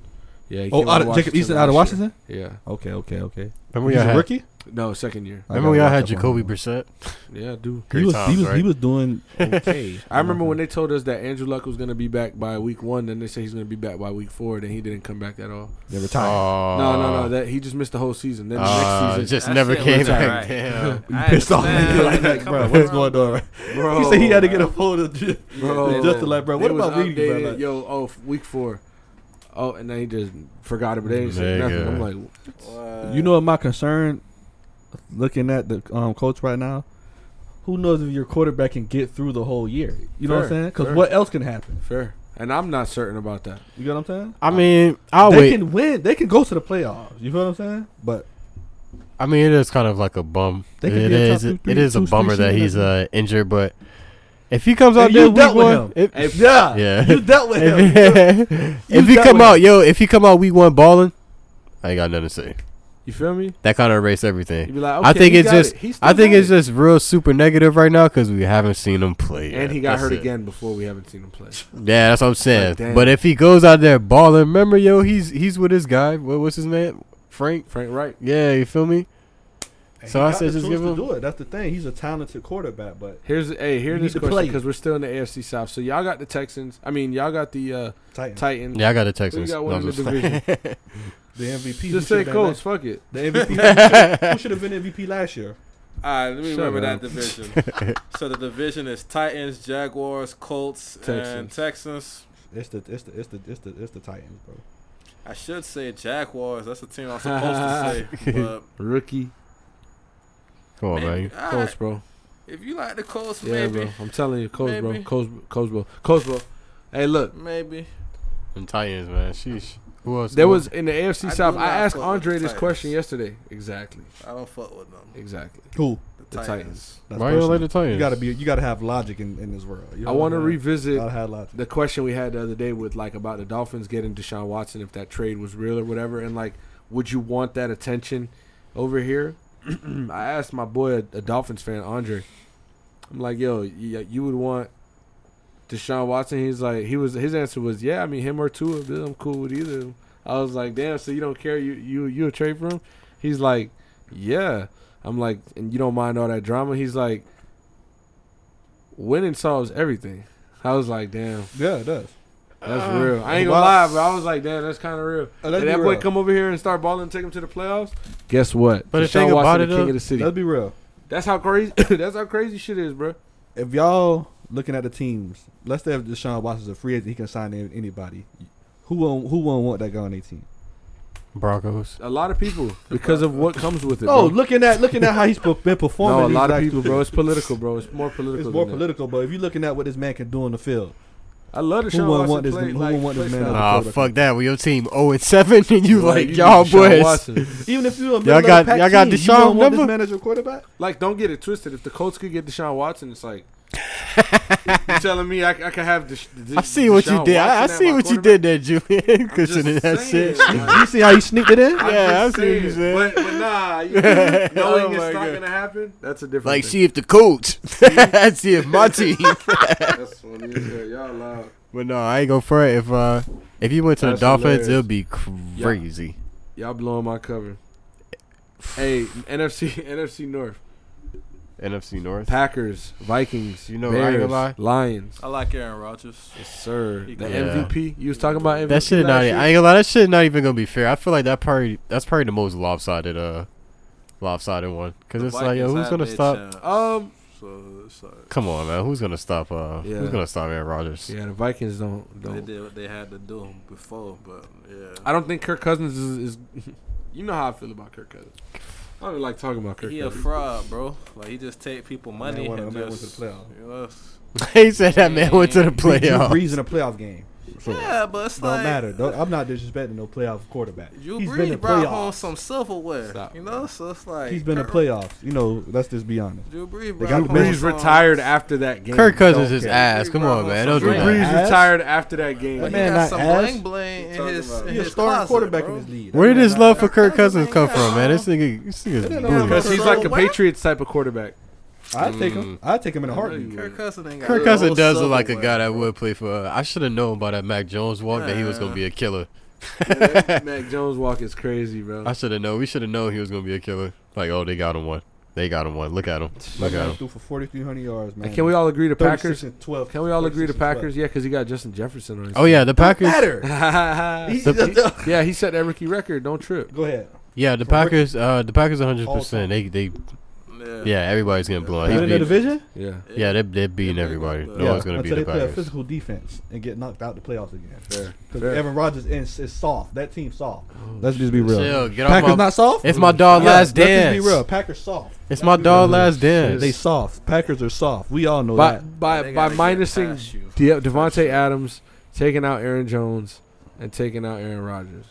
Speaker 1: Yeah. he
Speaker 4: Oh,
Speaker 1: came
Speaker 4: out of, Jacob
Speaker 1: Washington
Speaker 4: Easton out of
Speaker 1: last year.
Speaker 4: Washington.
Speaker 1: Yeah.
Speaker 4: Okay, okay, okay.
Speaker 5: Remember we
Speaker 4: He's
Speaker 5: all
Speaker 4: a
Speaker 5: had,
Speaker 4: rookie.
Speaker 1: No, second year.
Speaker 5: remember we all had
Speaker 4: I got
Speaker 5: Jacoby
Speaker 4: locked up
Speaker 5: Brissett.
Speaker 1: Yeah, dude.
Speaker 4: on him. He was,
Speaker 5: Great
Speaker 4: he was,
Speaker 5: times,
Speaker 4: he
Speaker 5: right?
Speaker 4: was doing okay.
Speaker 1: I remember when they told us that Andrew Luck was going to be back by week one, then they said he's going to be back by week four, then he didn't come back at all.
Speaker 4: they retired.
Speaker 5: Oh,
Speaker 1: no, no,
Speaker 4: Uh,
Speaker 1: no. That he just missed the whole season. Then the
Speaker 5: Uh,
Speaker 1: next season,
Speaker 5: just
Speaker 6: That
Speaker 5: never
Speaker 6: shit
Speaker 5: came
Speaker 6: was
Speaker 5: back.
Speaker 6: alright.
Speaker 5: Damn.
Speaker 6: I
Speaker 4: pissed off
Speaker 6: understand
Speaker 4: nigga
Speaker 6: where
Speaker 4: like
Speaker 6: they
Speaker 4: that,
Speaker 6: come
Speaker 4: bro.
Speaker 6: from.
Speaker 4: What's going on? Right?
Speaker 1: bro,
Speaker 4: He said he had to get a hold of ju-
Speaker 1: Bro.
Speaker 4: just to like, bro. What
Speaker 1: It was
Speaker 4: about reading, bro?
Speaker 1: updated,
Speaker 4: Like,
Speaker 1: Yo, oh, f- week four. Oh, and then he just forgot it, but they didn't say nothing.
Speaker 5: Nigga.
Speaker 1: I'm like,
Speaker 4: You know what my concern? Looking at the um, coach right now, who knows if your quarterback can get through the whole year? You know what I'm
Speaker 1: Fair,
Speaker 4: saying? Because
Speaker 1: fair.
Speaker 4: what else can happen?
Speaker 1: fair. And I'm not certain about that.
Speaker 4: You know what I'm saying?
Speaker 5: I mean, I'll
Speaker 4: Uh, they
Speaker 5: wait.
Speaker 4: can win. They can go to the playoffs. You feel what I'm saying? But
Speaker 5: I mean, it is kind of like a bum.
Speaker 4: They could
Speaker 5: It
Speaker 4: be a top
Speaker 5: is.
Speaker 4: two,
Speaker 5: it
Speaker 4: three-
Speaker 5: is a
Speaker 4: two, three
Speaker 5: bummer that
Speaker 4: seed,
Speaker 5: he's
Speaker 4: I
Speaker 5: uh, injured, but if he comes out
Speaker 4: And
Speaker 5: there
Speaker 4: you
Speaker 5: week
Speaker 4: dealt with
Speaker 5: one,
Speaker 4: him.
Speaker 5: if,
Speaker 6: If-
Speaker 4: yeah,
Speaker 5: Yeah.
Speaker 4: you dealt with him.
Speaker 5: if, if he
Speaker 4: dealt
Speaker 5: come
Speaker 4: with
Speaker 5: out, yo, if he come out week one balling, I ain't got nothing to say.
Speaker 1: You feel me?
Speaker 5: That kind of erased
Speaker 1: You'd
Speaker 5: everything.
Speaker 1: be like,
Speaker 5: I
Speaker 1: okay,
Speaker 5: think
Speaker 1: he
Speaker 5: it's
Speaker 1: got
Speaker 5: just-
Speaker 1: it. He still
Speaker 5: I think
Speaker 1: got
Speaker 5: it's
Speaker 1: it.
Speaker 5: just real super negative right now because we haven't seen him play. yet.
Speaker 1: And he got
Speaker 5: That's
Speaker 1: hurt
Speaker 5: it.
Speaker 1: again before we haven't seen him play.
Speaker 5: Yeah, that's what I'm saying.
Speaker 1: damn.
Speaker 5: but if he goes out there balling, remember, yo, he's he's with his guy. What, what's his name? Frank.
Speaker 1: Frank Wright.
Speaker 5: Yeah, you feel me?
Speaker 4: And
Speaker 5: So
Speaker 4: he
Speaker 5: I
Speaker 4: got
Speaker 5: said
Speaker 4: the
Speaker 5: just
Speaker 4: tools
Speaker 5: give
Speaker 4: to
Speaker 5: him-
Speaker 4: do it. That's the thing. He's a talented quarterback, but
Speaker 1: Here's hey, here
Speaker 4: You
Speaker 1: this
Speaker 4: need to
Speaker 1: question
Speaker 4: play.
Speaker 1: because we're still in the AFC South. So y'all got the Texans. I mean, y'all got the uh,
Speaker 4: Titans,
Speaker 1: Titans.
Speaker 5: Yeah, I got the Texans.
Speaker 1: got
Speaker 5: No,
Speaker 1: one
Speaker 5: I'm
Speaker 1: in the
Speaker 5: just-
Speaker 1: division.
Speaker 4: the MVP.
Speaker 1: Just
Speaker 4: who
Speaker 1: say
Speaker 4: should've been
Speaker 1: Colts. Fuck it.
Speaker 4: last- The MVP. who should have been MVP last year?
Speaker 6: All right, let me
Speaker 1: Shut
Speaker 6: remember
Speaker 1: up.
Speaker 6: that division. so the division is Titans, Jaguars, Colts, and
Speaker 1: Texans.
Speaker 6: Texans.
Speaker 4: It's the it's the it's the it's the it's the Titans, bro.
Speaker 6: I should say Jaguars. That's the team I'm supposed to say. But
Speaker 1: Rookie
Speaker 5: Come on,
Speaker 6: maybe,
Speaker 5: man.
Speaker 6: all
Speaker 1: Colts,
Speaker 6: right,
Speaker 1: bro.
Speaker 6: if you like the Colts,
Speaker 1: Yeah,
Speaker 6: maybe,
Speaker 1: bro. I'm telling you, Coach, bro.
Speaker 6: Maybe.
Speaker 1: Coach, Coach, bro. Coach, bro. Hey, look.
Speaker 6: maybe.
Speaker 5: And Titans, man. Sheesh. Who else?
Speaker 1: There
Speaker 5: Who
Speaker 1: was
Speaker 5: else?
Speaker 1: in the AFC
Speaker 6: I do
Speaker 1: South.
Speaker 6: not
Speaker 1: I asked
Speaker 6: fuck with
Speaker 1: Andre
Speaker 6: the
Speaker 1: this
Speaker 6: Titans.
Speaker 1: question yesterday. Exactly.
Speaker 6: I don't fuck with them.
Speaker 1: Exactly.
Speaker 4: Who?
Speaker 1: The Titans.
Speaker 4: That's
Speaker 5: Why you don't like
Speaker 4: personal.
Speaker 5: the Titans?
Speaker 4: You gotta be. You gotta have logic in, in this world.
Speaker 1: I
Speaker 4: You know what
Speaker 1: want to
Speaker 4: I'm saying?
Speaker 1: revisit
Speaker 4: Gotta have logic.
Speaker 1: the question we had the other day with like about the Dolphins getting Deshaun Watson if that trade was real or whatever, and like, would you want that attention over here? I asked my boy, a, a Dolphins fan, Andre. I'm like, yo, you, you would want Deshaun Watson? He's like, he was. His answer was, yeah. I mean, him or Tua. I'm cool with either. of 'em." I was like, damn. So you don't care? You you you a trade for him? He's like, yeah. I'm like, and you don't mind all that drama? He's like, winning solves everything. I was like, damn.
Speaker 4: Yeah, it does.
Speaker 1: That's real. I ain't
Speaker 4: well-
Speaker 1: gonna lie, but I was like, damn, that's kind of real.
Speaker 4: Uh,
Speaker 1: Did
Speaker 4: let's
Speaker 1: that
Speaker 4: be
Speaker 1: boy
Speaker 4: real.
Speaker 1: come over here and start balling and take him to the playoffs? Guess what?
Speaker 5: But the
Speaker 1: Deshaun
Speaker 5: thing about
Speaker 1: Watson,
Speaker 5: it,
Speaker 1: the king
Speaker 5: though-
Speaker 1: of the city.
Speaker 4: Let's be real.
Speaker 1: That's how crazy. that's how crazy shit is, bro.
Speaker 4: If y'all looking at the teams, let's say if Deshaun Watson's a free agent, he can sign in anybody. Who won't Who won't want that guy on their team?
Speaker 5: Broncos.
Speaker 1: A lot of people because of what comes with it.
Speaker 4: Oh,
Speaker 1: bro.
Speaker 4: looking at looking at how he's pe- been performing.
Speaker 1: no, a
Speaker 4: these
Speaker 1: lot of
Speaker 4: last
Speaker 1: people,
Speaker 4: two-
Speaker 1: bro. It's political, bro. It's more political.
Speaker 4: It's more
Speaker 1: than that.
Speaker 4: political, but if you're looking at what this man can do on the field,
Speaker 1: I love
Speaker 4: Who
Speaker 1: Deshaun Watson.
Speaker 4: wouldn't want this-
Speaker 1: play,
Speaker 4: who
Speaker 1: like,
Speaker 4: wouldn't want this
Speaker 1: play
Speaker 4: man
Speaker 1: style.
Speaker 4: on
Speaker 5: Nah, fuck that. We your team 0 and 7, and you
Speaker 1: Bro,
Speaker 5: like
Speaker 1: you
Speaker 5: y'all
Speaker 1: need Deshaun
Speaker 5: boys.
Speaker 1: Watson.
Speaker 4: even if you're a
Speaker 5: Y'all got- y'all got Deshaun
Speaker 4: want this
Speaker 5: number?
Speaker 4: man as your quarterback.
Speaker 1: Like, don't get it twisted. If the Colts could get Deshaun Watson, it's like you telling me I, I can have the?
Speaker 5: I see what you did. I, I see what you did there, Julian. Cushioning that shit.
Speaker 4: you see how you sneaked it in?
Speaker 5: Yeah, I see what you said.
Speaker 1: But, but nah, you,
Speaker 5: Oh
Speaker 1: knowing
Speaker 5: my
Speaker 1: it's not
Speaker 5: God.
Speaker 1: gonna happen, that's a different.
Speaker 5: Like,
Speaker 1: thing.
Speaker 5: see if the coach, see if my team.
Speaker 1: That's funny. as hell. Y'all loud.
Speaker 5: But no, I ain't go for it. If uh, if you went to
Speaker 1: That's
Speaker 5: the Dolphins,
Speaker 1: hilarious.
Speaker 5: it'll be crazy.
Speaker 1: Y'all blowing my cover. Hey, NFC NFC North.
Speaker 5: NFC North.
Speaker 1: Packers, Vikings,
Speaker 5: You know, I ain't
Speaker 1: Bears,
Speaker 5: gonna lie.
Speaker 1: Lions.
Speaker 6: I like Aaron Rodgers.
Speaker 1: Yes, sir. The
Speaker 6: Yeah.
Speaker 1: MVP. You was talking about MVP.
Speaker 5: That shit
Speaker 1: last
Speaker 5: not. e- I
Speaker 1: year?
Speaker 5: ain't gonna lie. That shit not even gonna be fair. I feel like that probably that's probably the most lopsided uh, lopsided one. Cause it's like, yo,
Speaker 6: Vikings
Speaker 5: who's
Speaker 6: had
Speaker 5: gonna
Speaker 6: their
Speaker 5: stop?
Speaker 6: chance,
Speaker 1: Um.
Speaker 6: so it's like,
Speaker 5: Come on, man. Who's gonna stop? Uh,
Speaker 1: Yeah.
Speaker 5: who's gonna stop Aaron Rodgers?
Speaker 1: Yeah, the Vikings don't
Speaker 6: they
Speaker 1: don't.
Speaker 6: did what they had to do before, but yeah,
Speaker 1: I don't think Kirk Cousins is. is you know how I feel about Kirk Cousins. I don't like talking about Kirk
Speaker 6: he a
Speaker 1: Cousins.
Speaker 6: fraud, bro. Like he just take people money
Speaker 4: wanna-
Speaker 6: and
Speaker 4: that man went to
Speaker 6: just
Speaker 4: the playoff.
Speaker 6: you know, it's-
Speaker 5: he said that man went to the
Speaker 4: Drew
Speaker 5: playoffs.
Speaker 4: Brees in a playoff game. So
Speaker 6: yeah, but it's
Speaker 4: don't
Speaker 6: like uh,
Speaker 4: matter. Don't- I'm not disrespecting no playoff quarterback.
Speaker 6: You
Speaker 4: He's been
Speaker 6: Brees
Speaker 4: in
Speaker 6: brought home
Speaker 4: playoffs.
Speaker 6: some silverware,
Speaker 1: Stop,
Speaker 6: you know. So it's like
Speaker 4: He's been in
Speaker 6: Kirk-
Speaker 4: playoffs. You know, let's just be honest.
Speaker 6: Drew Brees
Speaker 4: They
Speaker 6: brought
Speaker 4: got
Speaker 6: home
Speaker 4: Brees
Speaker 1: Brees
Speaker 6: some-
Speaker 1: retired after that game.
Speaker 5: Kirk Cousins is
Speaker 4: Don't
Speaker 6: care.
Speaker 5: ass. Come on, man. Don't do
Speaker 1: Drew
Speaker 6: Drew
Speaker 5: that.
Speaker 1: Brees
Speaker 4: Ass?
Speaker 1: retired after that game.
Speaker 4: That
Speaker 6: But
Speaker 4: man
Speaker 6: he got
Speaker 4: not
Speaker 6: some
Speaker 4: ass.
Speaker 6: bling bling in
Speaker 1: Talking
Speaker 6: his
Speaker 1: about-
Speaker 6: in
Speaker 1: He's
Speaker 4: He's
Speaker 6: his
Speaker 4: a starting
Speaker 6: closet,
Speaker 4: quarterback
Speaker 6: bro.
Speaker 4: in this league. That
Speaker 5: Where did
Speaker 4: man
Speaker 5: his
Speaker 4: not-
Speaker 5: love for Kirk
Speaker 6: Kirk
Speaker 5: Cousins
Speaker 6: Cousins
Speaker 5: come
Speaker 6: ain't
Speaker 5: from,
Speaker 6: got
Speaker 5: man?
Speaker 6: no-
Speaker 5: This nigga, this nigga's
Speaker 4: That
Speaker 5: booty.
Speaker 4: man
Speaker 1: Because he's
Speaker 6: So
Speaker 1: like a
Speaker 6: what?
Speaker 1: Patriots type of quarterback.
Speaker 4: I'd take him. I'd take him in a heartbeat.
Speaker 6: Kirk Cousins ain't got
Speaker 5: Kirk
Speaker 6: no
Speaker 5: Cousins does look like a
Speaker 6: silverware,
Speaker 5: guy that
Speaker 6: bro.
Speaker 5: would play for. Uh, I should have known by that Mac Jones walk that he was gonna be a killer.
Speaker 1: That Mac Jones walk is crazy, bro.
Speaker 5: I should have known. We should have known he was gonna be a killer. Like, oh, they got him one. They got him one. Look at him. Look at
Speaker 4: Man
Speaker 5: him.
Speaker 4: threw for 4,300 yards, man.
Speaker 1: And can we all agree to
Speaker 4: 36
Speaker 1: Packers?
Speaker 4: and 12.
Speaker 1: Can we all agree to
Speaker 4: 36 and
Speaker 1: Packers? Yeah, because he got Justin Jefferson on his.
Speaker 5: Oh yeah, the Packers.
Speaker 4: Oh,
Speaker 1: yeah.
Speaker 5: The,
Speaker 1: yeah, he set that rookie record. Don't trip.
Speaker 4: 12. Go ahead.
Speaker 5: yeah, the Packers. Uh, the Packers, one hundred percent. They, they, yeah, everybody's gonna blow.
Speaker 4: Within the division?
Speaker 1: Yeah.
Speaker 5: Yeah, they're, they're beating everybody. No one's gonna
Speaker 4: until
Speaker 5: beat
Speaker 4: they
Speaker 5: the
Speaker 4: play a
Speaker 5: Packers.
Speaker 4: physical defense and get knocked out the playoffs again.
Speaker 1: Fair.
Speaker 4: Because
Speaker 1: Fair.
Speaker 4: Evan Rodgers is, is soft. That team's soft. Let's just be real.
Speaker 5: Chill, get off
Speaker 4: Packers
Speaker 5: my-
Speaker 4: not soft.
Speaker 5: It's my dog
Speaker 4: Yeah,
Speaker 5: last
Speaker 4: Let's
Speaker 5: dance.
Speaker 4: just be real. Packers soft.
Speaker 5: It's my dog last dance.
Speaker 4: They soft. Packers are soft. We all know
Speaker 1: By
Speaker 4: that.
Speaker 1: by
Speaker 6: They
Speaker 1: by
Speaker 6: gotta get
Speaker 1: minusing
Speaker 6: past you.
Speaker 1: De- Devontae Adams, taking out Aaron Jones, and taking out Aaron Rodgers.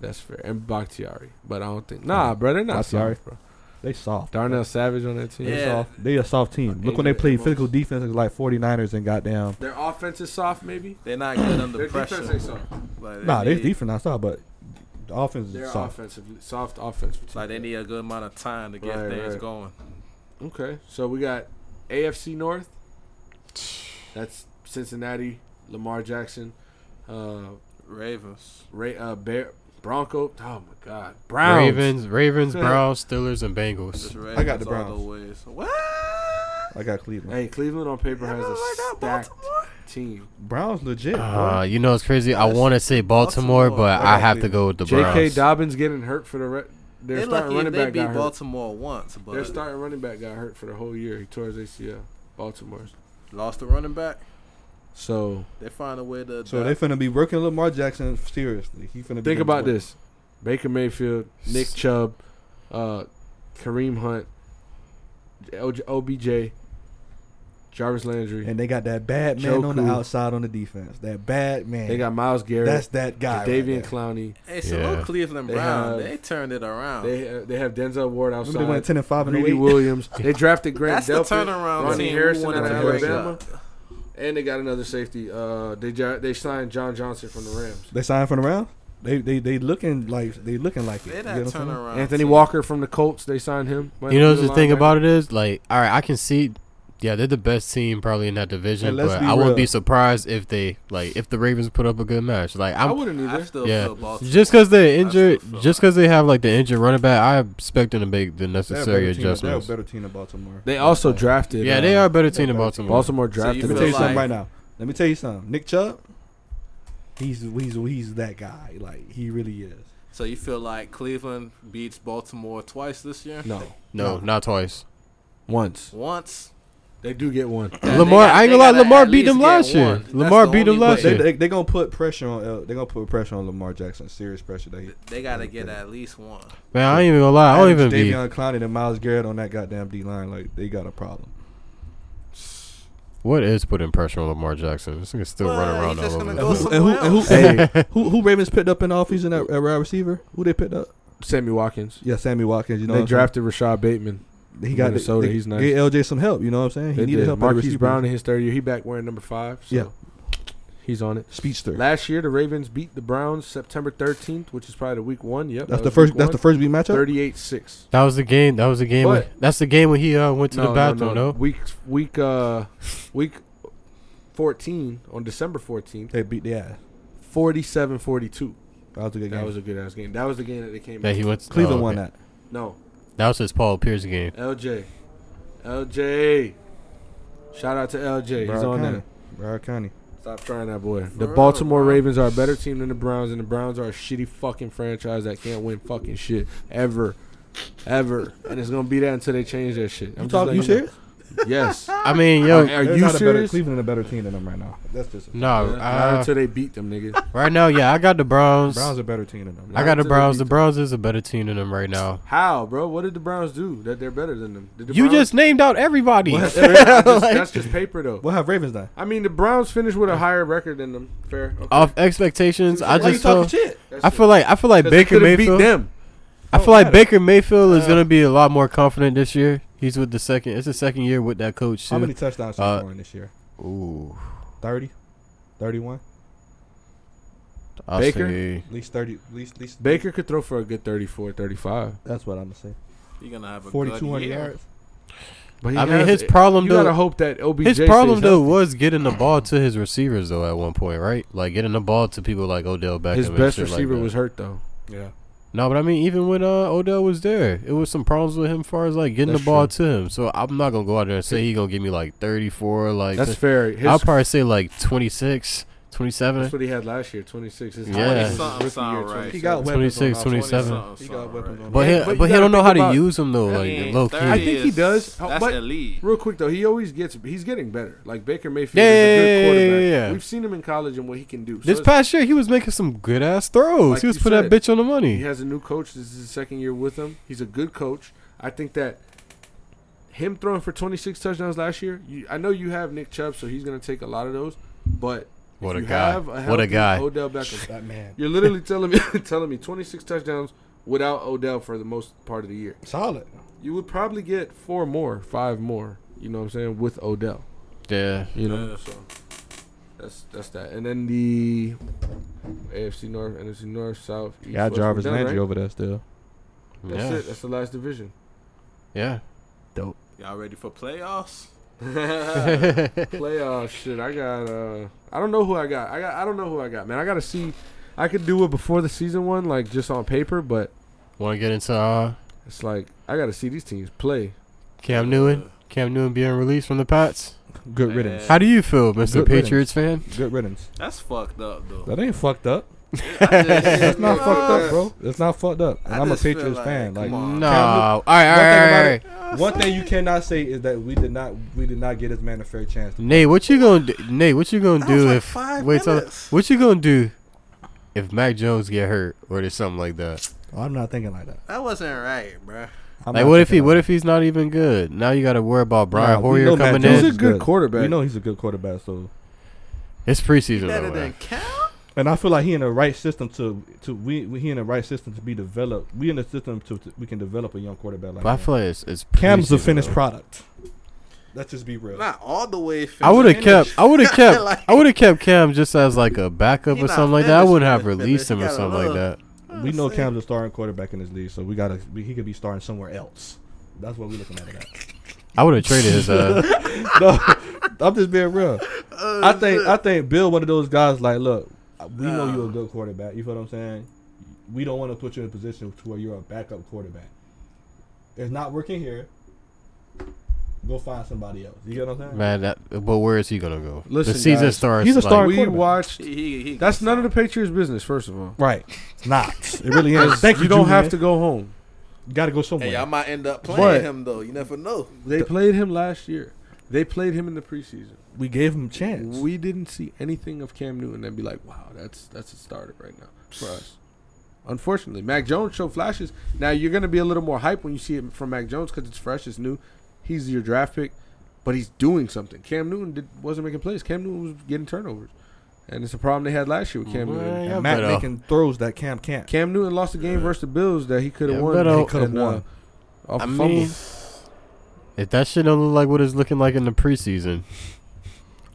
Speaker 1: That's fair. And Bakhtiari, but I don't think. Nah, bro, they're not
Speaker 4: Oh, Bakhtiari.
Speaker 1: sorry, bro.
Speaker 4: They soft.
Speaker 1: Darnell Savage on that team.
Speaker 4: They
Speaker 6: Yeah.
Speaker 4: soft. They a soft team. Look when they played physical defense against, like 49ers and goddamn.
Speaker 1: Their offense is soft, maybe.
Speaker 6: They're not good under
Speaker 1: Their defense
Speaker 6: pressure.
Speaker 1: ain't soft.
Speaker 6: Like, they
Speaker 4: Nah, they
Speaker 6: need-
Speaker 4: defense not soft, but the offense
Speaker 1: They're
Speaker 4: is soft.
Speaker 1: offensive, soft offense.
Speaker 6: Like they need a good amount of time to get
Speaker 1: Right,
Speaker 6: things
Speaker 1: right.
Speaker 6: going.
Speaker 1: Okay, so we got AFC North. That's Cincinnati, Lamar Jackson, uh,
Speaker 6: Ravens.
Speaker 1: Ray, uh, Bear, Bronco. Oh my God, Browns.
Speaker 5: Ravens, Ravens,
Speaker 1: Yeah.
Speaker 5: Browns, Steelers, and
Speaker 6: Just
Speaker 5: Bengals.
Speaker 6: Ravens
Speaker 4: got the
Speaker 6: all
Speaker 4: Browns.
Speaker 6: ways. What?
Speaker 4: I got Cleveland.
Speaker 1: Hey, Cleveland on paper has a
Speaker 6: I got
Speaker 1: stacked
Speaker 6: Baltimore.
Speaker 1: team.
Speaker 4: Browns legit.
Speaker 5: Uh, you know it's crazy. I want to say Baltimore,
Speaker 6: Baltimore.
Speaker 5: but I have to go with the
Speaker 1: J.K.
Speaker 5: Browns.
Speaker 1: Dobbins getting hurt for the re- their
Speaker 6: They
Speaker 1: starting
Speaker 6: lucky if
Speaker 1: running
Speaker 6: they
Speaker 1: back got
Speaker 6: beat
Speaker 1: hurt.
Speaker 6: Baltimore once,
Speaker 1: Their
Speaker 6: but
Speaker 1: starting running back got hurt for the whole year. He tore his ACL. Baltimore's.
Speaker 6: lost the running back.
Speaker 1: So
Speaker 6: They find a way to.
Speaker 4: So they
Speaker 6: adapt.
Speaker 4: finna be working Lamar Jackson seriously. He finna be
Speaker 1: think
Speaker 4: number
Speaker 1: about
Speaker 4: one.
Speaker 1: this: Baker Mayfield, Nick Chubb, uh, Kareem Hunt, LJ OBJ, Jarvis Landry.
Speaker 4: And they got that bad man on the
Speaker 1: Joku.
Speaker 4: outside on the defense. That bad man.
Speaker 1: They got Miles Garrett.
Speaker 4: That's that guy. Right
Speaker 1: Davian
Speaker 4: there.
Speaker 1: Clowney.
Speaker 6: Hey, salute
Speaker 5: Yeah.
Speaker 6: Cleveland
Speaker 1: They
Speaker 6: Brown.
Speaker 1: have-
Speaker 6: They turned it around.
Speaker 1: They ha- they have Denzel Ward
Speaker 4: Remember they went
Speaker 1: outside.
Speaker 4: ten and five and
Speaker 1: Greedy
Speaker 4: eight.
Speaker 1: Williams. They drafted Grant Delpit.
Speaker 6: That's the turnaround
Speaker 1: Ronnie
Speaker 6: team.
Speaker 1: Harrison
Speaker 6: we wanted
Speaker 1: out
Speaker 6: to
Speaker 1: of
Speaker 6: break
Speaker 1: Alabama.
Speaker 6: up.
Speaker 1: and they got another safety. Uh, they ja- they signed John Johnson from the Rams.
Speaker 4: They signed from the round. They they they looking like they looking like it.
Speaker 6: They
Speaker 4: You
Speaker 6: that
Speaker 4: know what I'm saying?
Speaker 6: turnaround.
Speaker 1: Anthony
Speaker 6: team.
Speaker 1: Walker from the Colts. They signed him.
Speaker 5: You know the
Speaker 1: Middle
Speaker 5: thing
Speaker 1: linebacker.
Speaker 5: about it is like, all right, I can see. Yeah, they're the best team probably in that division,
Speaker 4: And let's
Speaker 5: but
Speaker 4: be
Speaker 5: I wouldn't be
Speaker 4: real.
Speaker 5: surprised if they like if the Ravens put up a good match. Like
Speaker 1: I
Speaker 5: I'm
Speaker 1: wouldn't
Speaker 6: I
Speaker 1: either.
Speaker 6: still
Speaker 5: Yeah.
Speaker 6: feel Baltimore.
Speaker 5: just because they're injured,
Speaker 6: feel
Speaker 5: just because they have like the injured running back, I expect them to make the
Speaker 4: They're a
Speaker 5: necessary
Speaker 4: better team-
Speaker 5: adjustments.
Speaker 4: They're a better team than Baltimore.
Speaker 1: They also drafted.
Speaker 5: Yeah,
Speaker 1: uh,
Speaker 5: they are a better team than
Speaker 4: better
Speaker 5: Baltimore.
Speaker 1: Baltimore
Speaker 4: Let
Speaker 1: drafted.
Speaker 4: me
Speaker 6: feel
Speaker 4: tell you
Speaker 1: him.
Speaker 6: like-
Speaker 4: something right now. Let me tell you something. Nick Chubb, he's he's he's that guy. Like he really is.
Speaker 6: So you feel like Cleveland beats Baltimore twice this year?
Speaker 1: no,
Speaker 5: No, not twice.
Speaker 1: once
Speaker 6: Once.
Speaker 1: they do get one.
Speaker 6: Yeah,
Speaker 5: Lamar,
Speaker 6: they got-
Speaker 5: I ain't
Speaker 6: they
Speaker 5: gonna lie.
Speaker 6: gotta
Speaker 5: Lamar
Speaker 6: at
Speaker 5: beat them
Speaker 6: least get
Speaker 5: last year.
Speaker 6: one. That's
Speaker 5: Lamar
Speaker 6: the
Speaker 5: beat them
Speaker 6: only
Speaker 5: last
Speaker 6: way.
Speaker 4: They
Speaker 5: year.
Speaker 4: they, they gonna put pressure on. Uh, they gonna put pressure on Lamar Jackson. Serious pressure. They
Speaker 6: They gotta get at least one.
Speaker 5: Man, I ain't even gonna lie. I don't even
Speaker 4: Adams,
Speaker 5: be.
Speaker 4: Davion Clowney and Miles Garrett on that goddamn D line. Like they got a problem.
Speaker 5: What is putting pressure on Lamar Jackson? This nigga's still
Speaker 6: Well,
Speaker 5: running around
Speaker 6: he's just
Speaker 5: all over.
Speaker 6: gonna
Speaker 5: the
Speaker 6: go
Speaker 5: place.
Speaker 6: some-
Speaker 4: And who, and who,
Speaker 1: Hey.
Speaker 4: who, who, Ravens picked up in the offseason at, at wide receiver? Who they picked up?
Speaker 1: Sammy Watkins.
Speaker 4: Yeah, Sammy Watkins. You know
Speaker 1: they
Speaker 4: what I'm saying?
Speaker 1: drafted Rashad Bateman.
Speaker 4: he got
Speaker 1: Minnesota,
Speaker 4: they,
Speaker 1: he's nice.
Speaker 4: Get LJ some help. You know what I'm saying? He
Speaker 1: They
Speaker 4: needed
Speaker 1: did.
Speaker 4: help. at the
Speaker 1: Marquise
Speaker 4: receiver.
Speaker 1: Brown in his third year, he back wearing number five. So
Speaker 4: Yeah.
Speaker 1: he's on it.
Speaker 4: speedster.
Speaker 1: Last year, the Ravens beat the Browns September 13th, which is probably the week one. Yep,
Speaker 4: that's the first. That's the first week matchup.
Speaker 1: 38 six.
Speaker 5: That was the game. That was the game. When,
Speaker 1: But-
Speaker 5: that's the game when he uh, went to the bathroom. No,
Speaker 1: week week uh week 14 on December 14th,
Speaker 4: They beat the ass.
Speaker 1: 47 42.
Speaker 4: That was a good
Speaker 1: That
Speaker 4: game.
Speaker 1: was a good ass game. That was the game that they came.
Speaker 5: that
Speaker 1: in.
Speaker 5: he went.
Speaker 4: Cleveland
Speaker 5: oh,
Speaker 4: won
Speaker 5: okay.
Speaker 4: that.
Speaker 1: No,
Speaker 5: That was his Paul Pierce game.
Speaker 1: LJ, LJ. Shout out to LJ. He's
Speaker 4: Broward
Speaker 1: on
Speaker 4: County.
Speaker 1: there.
Speaker 4: Broward County.
Speaker 1: Stop trying that boy. The
Speaker 6: real,
Speaker 1: Baltimore
Speaker 6: bro.
Speaker 1: Ravens are a better team than the Browns, and the Browns are a shitty fucking franchise that can't win fucking shit ever, ever. And it's gonna be that until they change that shit. I'm
Speaker 4: You
Speaker 1: just
Speaker 4: talking?
Speaker 1: letting
Speaker 4: You
Speaker 1: know.
Speaker 4: serious?
Speaker 1: Yes.
Speaker 5: I mean,
Speaker 1: Are,
Speaker 5: yo,
Speaker 1: are
Speaker 4: They're
Speaker 1: you
Speaker 4: not a better,
Speaker 1: serious?
Speaker 4: Cleveland a better team than them right now. That's just.
Speaker 5: no.
Speaker 1: Not
Speaker 5: Uh,
Speaker 1: until they beat them, nigga.
Speaker 5: right now, yeah, I got the Browns.
Speaker 4: Browns a better team than them.
Speaker 5: I got
Speaker 1: Browns are the
Speaker 5: the Browns. The
Speaker 1: beat-
Speaker 5: Browns is a better team than them right now.
Speaker 1: How, bro? What did the Browns do that they're better than them? Did the
Speaker 5: You
Speaker 1: Browns-
Speaker 5: just named out everybody.
Speaker 1: That's, fair. I just- that's just paper though.
Speaker 4: What have Ravens done?
Speaker 1: I mean, the Browns finished with a higher record than them. Fair. Okay.
Speaker 5: Off expectations, I
Speaker 4: Why you
Speaker 5: just
Speaker 4: talking
Speaker 5: feel,
Speaker 4: shit?
Speaker 5: I feel like I feel like Baker Mayfield.
Speaker 1: beat them. Uh.
Speaker 5: I
Speaker 4: Don't
Speaker 5: feel like
Speaker 4: matter.
Speaker 5: Baker Mayfield is gonna be a lot more confident this year. He's with the second. It's the second year with that coach too.
Speaker 4: How many touchdowns are
Speaker 5: Uh,
Speaker 4: you scoring this year?
Speaker 5: Ooh,
Speaker 4: 30? 31?
Speaker 5: I'll
Speaker 1: Baker?
Speaker 5: say-
Speaker 4: At least 30. At least, at least
Speaker 1: Baker could throw for a good 34, 35.
Speaker 4: That's what I'm going to say.
Speaker 6: You're gonna have a good
Speaker 4: 4,200
Speaker 6: year.
Speaker 4: yards.
Speaker 1: But he
Speaker 5: I mean,
Speaker 1: has
Speaker 5: his
Speaker 1: it.
Speaker 5: problem
Speaker 1: You gotta
Speaker 5: though.
Speaker 1: hope that OBJ.
Speaker 5: His
Speaker 1: stays
Speaker 5: problem though
Speaker 1: healthy.
Speaker 5: was getting the ball to his receivers though at one point, right? Like getting the ball to people like Odell Beckham.
Speaker 1: His
Speaker 5: and
Speaker 1: best
Speaker 5: shit like
Speaker 1: receiver
Speaker 5: that.
Speaker 1: was hurt though.
Speaker 4: Yeah.
Speaker 5: No, but I mean, even when uh, Odell was there, it was some problems with him as far as like getting
Speaker 1: That's
Speaker 5: the ball to him. So I'm not gonna go out there and say he gonna give me like 34. Like
Speaker 1: That's fair. His,
Speaker 5: I'll probably say like 26, 27.
Speaker 1: that's what he had last year, 26. His
Speaker 5: Yeah.
Speaker 1: highest
Speaker 6: Something
Speaker 1: rookie
Speaker 6: sound
Speaker 1: year,
Speaker 6: right.
Speaker 1: 26.
Speaker 4: He got weapons.
Speaker 5: 26,
Speaker 4: on
Speaker 5: 27.
Speaker 4: offense. He got weapons on
Speaker 5: But
Speaker 1: Yeah,
Speaker 5: he,
Speaker 1: but
Speaker 5: but,
Speaker 1: you
Speaker 5: he
Speaker 1: gotta
Speaker 5: don't know
Speaker 1: think
Speaker 5: how
Speaker 1: about-
Speaker 5: to use them though,
Speaker 6: I
Speaker 5: like
Speaker 6: mean,
Speaker 5: low key.
Speaker 6: 30
Speaker 1: I think he
Speaker 6: is-
Speaker 1: does,
Speaker 6: That's
Speaker 1: but-
Speaker 6: elite.
Speaker 1: Real quick though, he always gets. He's getting better. Like Baker Mayfield
Speaker 5: Yeah,
Speaker 1: is a
Speaker 5: yeah,
Speaker 1: good
Speaker 5: yeah,
Speaker 1: quarterback.
Speaker 5: yeah, yeah.
Speaker 1: We've seen him in college and what he can do. So
Speaker 5: This
Speaker 1: it's-
Speaker 5: past year, he was making some good ass throws.
Speaker 1: Like
Speaker 5: he was
Speaker 1: you
Speaker 5: putting that
Speaker 1: said,
Speaker 5: bitch on the money.
Speaker 1: He has a new coach. This is his second year with him. He's a good coach. I think that him throwing for 26 touchdowns last year. You, I know you have Nick Chubb, so he's going to take a lot of those. But
Speaker 5: What
Speaker 1: if
Speaker 5: a
Speaker 1: you
Speaker 5: guy.
Speaker 1: have a
Speaker 5: What a
Speaker 1: healthy
Speaker 5: guy.
Speaker 1: Odell Beckham.
Speaker 4: That man.
Speaker 1: You're literally telling me telling me 26 touchdowns without Odell for the most part of the year.
Speaker 4: Solid.
Speaker 1: You would probably get four more, five more. You know what I'm saying with Odell.
Speaker 5: Yeah.
Speaker 1: You know. So that's that's that. And then the AFC North, NFC North, South, East. West,
Speaker 4: Got
Speaker 1: we're
Speaker 4: Jarvis
Speaker 1: done,
Speaker 4: Landry
Speaker 1: right?
Speaker 4: over there still.
Speaker 1: That's
Speaker 5: yeah.
Speaker 1: it. That's the last division.
Speaker 5: Yeah.
Speaker 6: Y'all ready for playoffs?
Speaker 1: Playoff shit. I got. uh I don't know who I got. I got. I don't know who I got, man. I gotta see. I could do it before the season one, like just on paper, but
Speaker 5: Want to get into uh,
Speaker 1: it's like I gotta see these teams play.
Speaker 5: Cam Newton? Cam Newton being released from the Pats.
Speaker 4: Good riddance.
Speaker 5: How do you feel, Mr.
Speaker 4: Good riddance.
Speaker 5: Patriots fan?
Speaker 4: Good riddance.
Speaker 6: That's fucked up though.
Speaker 4: That ain't fucked up.
Speaker 6: That's
Speaker 4: It's not fucked up, bro. It's not fucked up. And
Speaker 6: I
Speaker 4: I'm a
Speaker 6: just feel
Speaker 4: Patriots
Speaker 6: like,
Speaker 4: fan.
Speaker 6: come
Speaker 4: Like,
Speaker 6: on.
Speaker 5: No.
Speaker 4: Cam
Speaker 5: All right, all
Speaker 4: One thing
Speaker 5: right,
Speaker 4: about
Speaker 5: all
Speaker 4: it-
Speaker 5: right.
Speaker 4: one thing you cannot say is that we did not we did not get this man a fair chance.
Speaker 5: Nate, what you gonna do? Nate, what you gonna
Speaker 6: That
Speaker 5: do
Speaker 6: was like
Speaker 5: if
Speaker 6: five
Speaker 5: wait? till-
Speaker 6: minutes.
Speaker 5: what you gonna do if Mac Jones get hurt or there's something like that?
Speaker 4: I'm not thinking like that.
Speaker 6: That wasn't right, bro.
Speaker 4: I'm
Speaker 5: like
Speaker 4: not
Speaker 5: what if he?
Speaker 4: thinking
Speaker 5: What
Speaker 4: like
Speaker 5: if he's not even good? Now you got to worry about
Speaker 4: Nah,
Speaker 5: Brian
Speaker 4: we
Speaker 5: Hoyer
Speaker 4: know Mac
Speaker 5: coming
Speaker 4: Jones
Speaker 5: in.
Speaker 4: is good.
Speaker 1: quarterback.
Speaker 4: that. You know he's a good quarterback, so
Speaker 5: It's preseason.
Speaker 6: Better
Speaker 5: Though,
Speaker 6: than
Speaker 5: man.
Speaker 6: Cal?
Speaker 4: and I feel like he in the right system to to we, we he in the right system to be developed. We in the system to, to- we can develop a young quarterback like
Speaker 5: But I
Speaker 4: that.
Speaker 5: feel like it's, it's
Speaker 4: Cam's a
Speaker 5: preseason,
Speaker 4: finished
Speaker 5: though.
Speaker 4: product. Let's just be real.
Speaker 6: Not all the way.
Speaker 5: I would have
Speaker 6: finished.
Speaker 5: kept. I would have kept.
Speaker 6: Like-
Speaker 5: I would have kept Cam just as like a backup
Speaker 6: He
Speaker 5: or
Speaker 6: not
Speaker 5: something like that. I
Speaker 6: finished,
Speaker 5: wouldn't have
Speaker 6: finished,
Speaker 5: released
Speaker 6: finished.
Speaker 5: him
Speaker 6: He
Speaker 5: or
Speaker 6: got a
Speaker 5: something like
Speaker 6: little-
Speaker 5: that.
Speaker 4: we know
Speaker 6: Same.
Speaker 4: Cam's a starting quarterback in this league, so we gotta we, he could be starting somewhere else. That's what we're looking at. it at.
Speaker 5: I would have traded his. Uh,
Speaker 4: no, I'm just being real. I think I think Bill one of those guys like, look, we know you're a good quarterback. You feel what I'm saying? We don't want to put you in a position to where you're a backup quarterback. It's not working here. Go find somebody else. You get what I'm saying?
Speaker 5: man, that, but where is he gonna go?
Speaker 1: Listen,
Speaker 5: the season
Speaker 1: guys,
Speaker 5: starts.
Speaker 4: he's a star-
Speaker 5: Like,
Speaker 1: we
Speaker 4: quarterback.
Speaker 1: watched.
Speaker 6: He, he, he
Speaker 1: That's none of the Patriots' business. First of all,
Speaker 4: Right. It's not. It really is. Thank you.
Speaker 1: you don't have to go
Speaker 4: Julian.
Speaker 1: home.
Speaker 4: Gotta go somewhere.
Speaker 6: Hey, I might end up playing
Speaker 1: But-
Speaker 6: him though. You never know.
Speaker 1: They played him last year. They played him in the preseason.
Speaker 4: we gave him a chance.
Speaker 1: We didn't see anything of Cam Newton and be like, wow, that's that's a starter right now for us. Unfortunately, Mac Jones showed flashes. Now you're going to be a little more hype when you see it from Mac Jones because it's fresh, it's new. He's your draft pick, but he's doing something. Cam Newton did, wasn't making plays. Cam Newton was getting turnovers, and it's a problem they had last year with Cam Newton.
Speaker 5: Yeah,
Speaker 4: Matt
Speaker 5: but, uh,
Speaker 4: making throws that Cam can't.
Speaker 1: Cam Newton lost a game versus the Bills that he could have
Speaker 5: Yeah,
Speaker 1: won.
Speaker 5: but,
Speaker 1: He
Speaker 5: uh,
Speaker 1: could've
Speaker 4: I
Speaker 1: Off
Speaker 5: I
Speaker 1: a fumble.
Speaker 5: mean, If that shit don't look like what it's looking like in the preseason,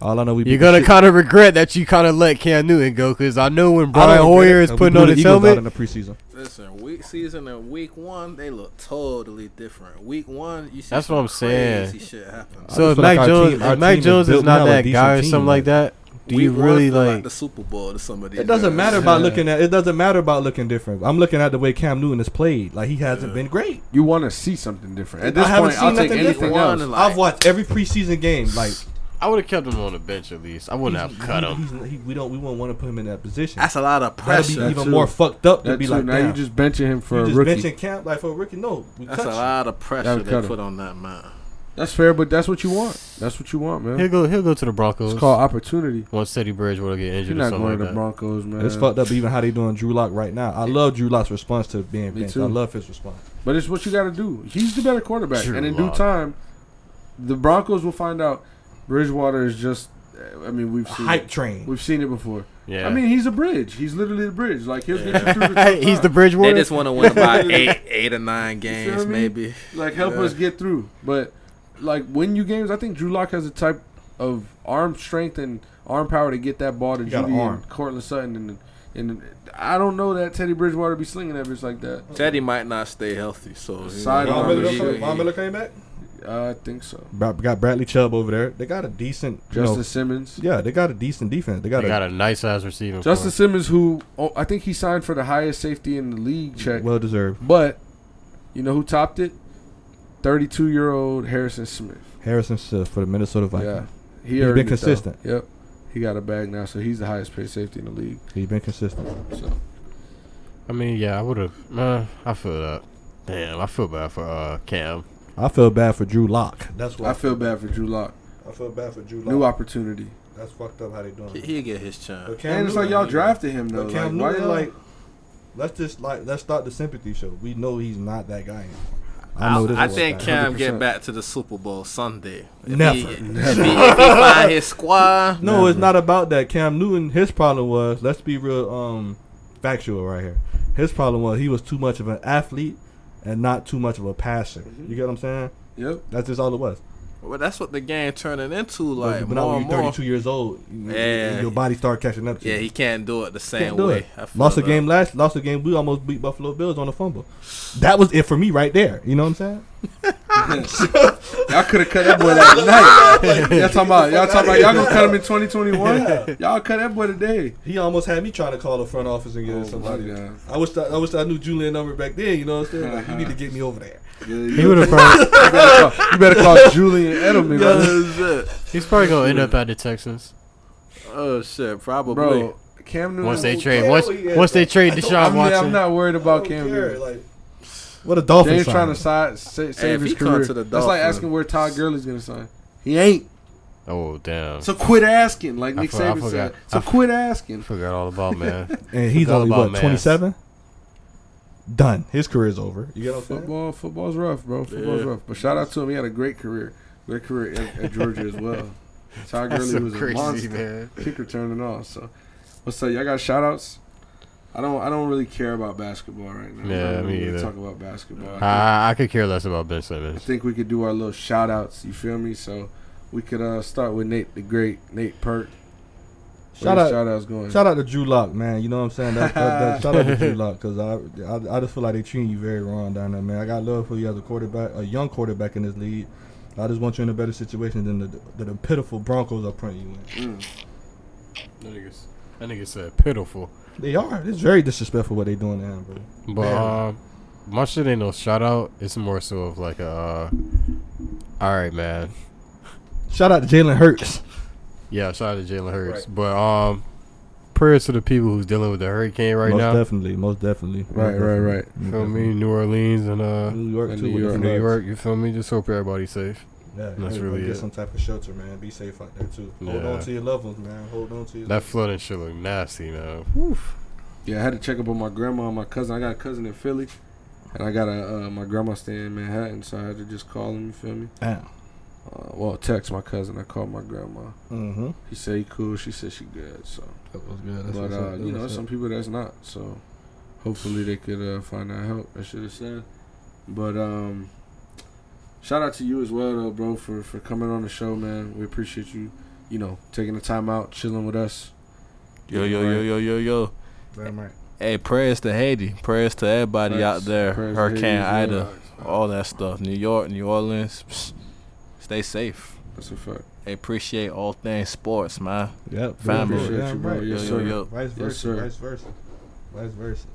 Speaker 4: All I know, we beat
Speaker 5: you're
Speaker 4: the
Speaker 5: gonna
Speaker 4: shit-
Speaker 5: kind of regret that you kind of let Cam Newton go. Because I know when
Speaker 4: I don't
Speaker 5: Brian
Speaker 4: regret
Speaker 5: Hoyer
Speaker 4: it.
Speaker 5: is
Speaker 4: We
Speaker 5: putting
Speaker 4: blew
Speaker 5: on
Speaker 4: the
Speaker 5: his
Speaker 4: Eagles out
Speaker 5: helmet,
Speaker 4: in the preseason.
Speaker 6: Listen, week season and week one, they look totally different. Week one, you see
Speaker 5: That's what
Speaker 6: some
Speaker 5: I'm saying.
Speaker 6: Crazy shit happen.
Speaker 4: I just
Speaker 5: so if
Speaker 4: feel like
Speaker 5: Mac
Speaker 4: our
Speaker 5: Jones,
Speaker 4: team- our
Speaker 5: if Mac
Speaker 4: team is
Speaker 5: Jones is
Speaker 4: built
Speaker 5: not
Speaker 4: now a
Speaker 5: that guy or
Speaker 4: decent
Speaker 5: something
Speaker 4: team,
Speaker 5: like
Speaker 4: like-
Speaker 5: that, do
Speaker 6: Week
Speaker 5: you
Speaker 6: one
Speaker 5: really
Speaker 6: feel
Speaker 5: like?
Speaker 6: the Super Bowl to some of these?
Speaker 4: It doesn't
Speaker 6: guys.
Speaker 4: matter about
Speaker 5: Yeah.
Speaker 4: looking at. It doesn't matter about looking different. I'm looking at the way Cam Newton has played. Like he hasn't been great.
Speaker 1: You want to see something different. At
Speaker 4: I
Speaker 1: this
Speaker 4: haven't
Speaker 1: point,
Speaker 4: seen
Speaker 1: I'll take
Speaker 4: nothing
Speaker 1: anything
Speaker 4: different.
Speaker 1: else.
Speaker 6: One,
Speaker 4: I've watched every preseason game. Like
Speaker 5: I would have kept him on the bench at least. I wouldn't have cut
Speaker 4: he-
Speaker 5: him.
Speaker 4: he's- he- we don't. We won't want to put him in that position.
Speaker 6: That's a lot of
Speaker 4: That'd be
Speaker 6: pressure.
Speaker 4: even
Speaker 1: too.
Speaker 4: more fucked up to
Speaker 1: That
Speaker 4: be
Speaker 1: too,
Speaker 4: like
Speaker 1: now
Speaker 4: damn,
Speaker 1: you just benching him for
Speaker 4: you
Speaker 1: a
Speaker 4: just
Speaker 1: rookie.
Speaker 4: benching Cam like for a rookie. No, we
Speaker 6: That's a
Speaker 4: cut you.
Speaker 6: lot of pressure
Speaker 1: That'd cut
Speaker 6: they
Speaker 1: him.
Speaker 6: put on that man.
Speaker 1: That's fair, but that's what you want. That's what you want, man.
Speaker 5: He'll go. He'll go to the Broncos.
Speaker 1: It's called opportunity.
Speaker 5: Once Teddy Bridgewater get
Speaker 1: You're
Speaker 5: injured or
Speaker 1: not
Speaker 5: something
Speaker 1: going
Speaker 5: like
Speaker 1: to the
Speaker 5: that.
Speaker 1: Broncos, man.
Speaker 4: It's fucked up even how they doing Drew Lock right now. I love Drew Lock's response to being
Speaker 1: Me
Speaker 4: benched.
Speaker 1: too.
Speaker 4: I love his response.
Speaker 1: But it's what you got to do. He's the better quarterback,
Speaker 5: Drew
Speaker 1: and in
Speaker 5: Lock.
Speaker 1: due time, the Broncos will find out. Bridgewater is just. I mean, we've seen
Speaker 4: Hype
Speaker 1: it.
Speaker 4: train.
Speaker 1: we've seen it before.
Speaker 5: Yeah.
Speaker 1: I mean, he's a bridge. He's literally the bridge. Like he'll get
Speaker 6: Yeah.
Speaker 1: you through the tough
Speaker 5: he's the
Speaker 1: times.
Speaker 5: Bridgewater.
Speaker 6: They just want to win about eight, eight or nine games,
Speaker 1: me?
Speaker 6: maybe.
Speaker 1: like help
Speaker 6: Yeah.
Speaker 1: us get through. But like win you games, I think Drew Lock has a type of arm strength and arm power to get that ball to
Speaker 4: He got an
Speaker 1: Judy
Speaker 4: arm.
Speaker 1: and Cortland Sutton and. And I don't know that Teddy Bridgewater be slinging average like that.
Speaker 6: Teddy might not stay healthy, so you
Speaker 1: Side
Speaker 6: know,
Speaker 1: Von
Speaker 4: Von
Speaker 1: Miller
Speaker 4: Miller,
Speaker 1: don't come-
Speaker 6: he-
Speaker 4: Von Miller came back.
Speaker 1: I think so.
Speaker 4: Bra- Got Bradley Chubb over there. They got a decent. you know,
Speaker 1: Justin Simmons.
Speaker 4: yeah, they got a decent defense. They got a
Speaker 5: they got a nice ass receiver.
Speaker 1: Justin Simmons, who oh, I think he signed for the highest safety in the league check,
Speaker 4: well deserved.
Speaker 1: but you know who topped it? Thirty-two-year-old Harrison Smith.
Speaker 4: Harrison Smith for the Minnesota
Speaker 1: yeah,
Speaker 4: Vikings.
Speaker 1: he
Speaker 4: He's been
Speaker 1: earned it, though.
Speaker 4: consistent.
Speaker 1: Yep, he got a bag now, so he's the highest-paid safety in the league.
Speaker 4: He's been consistent.
Speaker 1: So
Speaker 5: I mean, yeah, I would have. Uh, I feel that. Damn, I feel bad for uh, Cam.
Speaker 4: I feel bad for Drew Lock. That's
Speaker 1: I feel bad for Drew Lock.
Speaker 4: I feel bad for Drew
Speaker 1: New opportunity,
Speaker 4: That's fucked up how they doing.
Speaker 6: he- he'll get his chance.
Speaker 1: and it's like y'all drafted him though.
Speaker 4: But Cam
Speaker 1: like, why
Speaker 4: Newton,
Speaker 1: y'all-
Speaker 4: like, let's just like let's start the sympathy show. We know he's not that guy anymore.
Speaker 6: I, I
Speaker 4: was
Speaker 6: think
Speaker 4: bad.
Speaker 6: Cam
Speaker 1: 100%.
Speaker 6: get back to the Super Bowl Sunday. If
Speaker 4: Never.
Speaker 6: He, if he, if he find his squad,
Speaker 4: No, it's not about that. Cam Newton, his problem was let's be real um factual right here. His problem was he was too much of an athlete and not too much of a passer. You get what I'm saying?
Speaker 1: yep,
Speaker 4: That's just all it was.
Speaker 6: well, that's what the game turning into.
Speaker 4: But-
Speaker 6: Like
Speaker 4: but now
Speaker 6: more
Speaker 4: when
Speaker 6: and
Speaker 4: you're
Speaker 6: more.
Speaker 4: 32 years old, you-
Speaker 6: Yeah.
Speaker 4: your body start catching up to
Speaker 6: Yeah,
Speaker 4: you.
Speaker 6: he can't do it the same
Speaker 4: do
Speaker 6: way.
Speaker 4: it.
Speaker 6: I feel
Speaker 4: Lost a
Speaker 6: that.
Speaker 4: game last. Lost a game. We almost beat Buffalo Bills on a fumble. That was it for me right there. You know what I'm saying?
Speaker 1: y'all could have cut that boy that night. y'all talking about y'all talking about y'all gonna cut him in 2021? Y'all cut that boy today.
Speaker 4: He almost had me trying to call the front office and get
Speaker 1: Oh,
Speaker 4: somebody.
Speaker 1: my God.
Speaker 4: I wish I, I wish I knew Julian number back then. You know what I'm saying? Like, you need to get me over there.
Speaker 1: Yeah,
Speaker 5: He would have probably.
Speaker 1: You better call, you better call Julian Edelman.
Speaker 6: Yeah,
Speaker 1: brother.
Speaker 6: that's it.
Speaker 5: he's probably gonna end up at the Texans
Speaker 6: Oh shit, probably.
Speaker 1: Bro, Cam Newton.
Speaker 5: once they
Speaker 1: I'm-
Speaker 5: trade.
Speaker 4: hell
Speaker 5: Once
Speaker 4: yeah,
Speaker 5: once they
Speaker 4: bro.
Speaker 5: trade
Speaker 1: I
Speaker 5: Deshaun
Speaker 1: mean, I'm
Speaker 5: Watson.
Speaker 1: not worried
Speaker 4: I
Speaker 1: about
Speaker 4: don't
Speaker 1: Cam
Speaker 4: care.
Speaker 1: Newton.
Speaker 4: Like, what a dolphin!
Speaker 1: James
Speaker 4: sign.
Speaker 1: trying to side, sa- save
Speaker 6: if
Speaker 1: his
Speaker 6: he come
Speaker 1: career.
Speaker 6: to the
Speaker 1: That's like
Speaker 6: Dolphins-
Speaker 1: asking where Todd Gurley's gonna sign. He ain't.
Speaker 5: Oh damn.
Speaker 1: So quit asking, like
Speaker 5: I
Speaker 1: Nick
Speaker 5: for- I
Speaker 1: Saban
Speaker 5: forgot.
Speaker 1: said. So
Speaker 5: I f-
Speaker 1: quit asking.
Speaker 5: Forgot all about man.
Speaker 4: and he's
Speaker 5: It's all
Speaker 4: only
Speaker 5: about
Speaker 4: what
Speaker 5: mass.
Speaker 4: 27. Done. His career's over. You get what I'm saying?
Speaker 1: Football, football's rough, bro. Football's
Speaker 6: Yeah.
Speaker 1: rough. But shout out to him. He had a great career. Great career at, at Georgia as well. Todd Gurley
Speaker 5: That's so
Speaker 1: was a
Speaker 5: crazy,
Speaker 1: monster.
Speaker 5: man.
Speaker 1: Kick return and all. So, what's up? Y'all got shout outs? I don't. I don't really care about basketball right now.
Speaker 5: Yeah,
Speaker 1: I don't
Speaker 5: me
Speaker 1: really
Speaker 5: either. Ah.
Speaker 1: Talk about basketball. I think-
Speaker 5: I, I could care less about Ben
Speaker 1: I
Speaker 5: Simmons.
Speaker 1: think we could do our little shout outs. You feel me? So we could uh, start with Nate the Great, Nate Perk. Where
Speaker 4: Shout
Speaker 1: your
Speaker 4: out-
Speaker 1: shout outs going.
Speaker 4: Mm. Shout out to Drew Lock, man. You know what I'm saying? That, that, that, shout out to Drew Lock because I, I I just feel like they treating you very wrong down there, man. I got love for you as a quarterback, a young quarterback in this league. I just want you in a better situation than the the, the pitiful Broncos are putting you in.
Speaker 5: That nigga's- that nigga said pitiful.
Speaker 4: They are. It's very disrespectful what they doing to him, bro.
Speaker 5: But um, my shit ain't no shout out. It's more so of like a. Uh, all right, man.
Speaker 4: Shout out to Jalen Hurts.
Speaker 5: Yeah, shout out to Jalen Hurts. But um, prayers to the people who's dealing with the hurricane right
Speaker 4: most
Speaker 5: now.
Speaker 4: definitely, most definitely.
Speaker 1: Right,
Speaker 4: Most
Speaker 1: right,
Speaker 4: definitely.
Speaker 1: right.
Speaker 4: Most
Speaker 5: Feel
Speaker 4: definitely.
Speaker 5: me, New Orleans and uh,
Speaker 4: New York
Speaker 1: And
Speaker 4: too.
Speaker 1: New
Speaker 4: with the
Speaker 1: York.
Speaker 5: New
Speaker 4: floods.
Speaker 5: York. You feel me? Just hope everybody's safe.
Speaker 4: Yeah,
Speaker 5: That's
Speaker 4: everybody
Speaker 5: really
Speaker 4: get
Speaker 5: it.
Speaker 4: some type of shelter, man. Be safe out there too. Hold
Speaker 5: Yeah.
Speaker 4: on to your loved ones, man. Hold on to your.
Speaker 5: That flooding shit look nasty, man.
Speaker 1: Yeah, I had to check up on my grandma and my cousin. I got a cousin in Philly, and I got a uh, my grandma staying in Manhattan, so I had to just call him. You feel me?
Speaker 4: Damn.
Speaker 1: Uh, well, text my cousin. I called my grandma.
Speaker 4: Mm-hmm.
Speaker 1: He said he cool. She said she good. So,
Speaker 4: That was good.
Speaker 1: but uh, you know, some people that's not. So, hopefully they could uh, find that help. I should have said. But um, Shout out to you as well, though, bro, for for coming on the show, man. We appreciate you, you know, taking the time out, chilling with us.
Speaker 6: Yo, yo, yo, yo, yo, yo.
Speaker 1: Damn right.
Speaker 6: Hey, prayers to Haiti. Prayers to everybody
Speaker 1: Prayers-
Speaker 6: out there.
Speaker 1: prayers to
Speaker 6: Hurricane
Speaker 1: Haiti as
Speaker 6: Ida. All that stuff. New York, New Orleans. Psst. Stay safe.
Speaker 1: That's a fact.
Speaker 6: I appreciate all things sports, man.
Speaker 4: Yep.
Speaker 6: Family.
Speaker 1: Appreciate you, bro.
Speaker 4: Right.
Speaker 1: Yes,
Speaker 6: yo,
Speaker 1: sir.
Speaker 6: yo, yo.
Speaker 4: Vice versa.
Speaker 1: sir.
Speaker 4: Vice versa. Vice versa.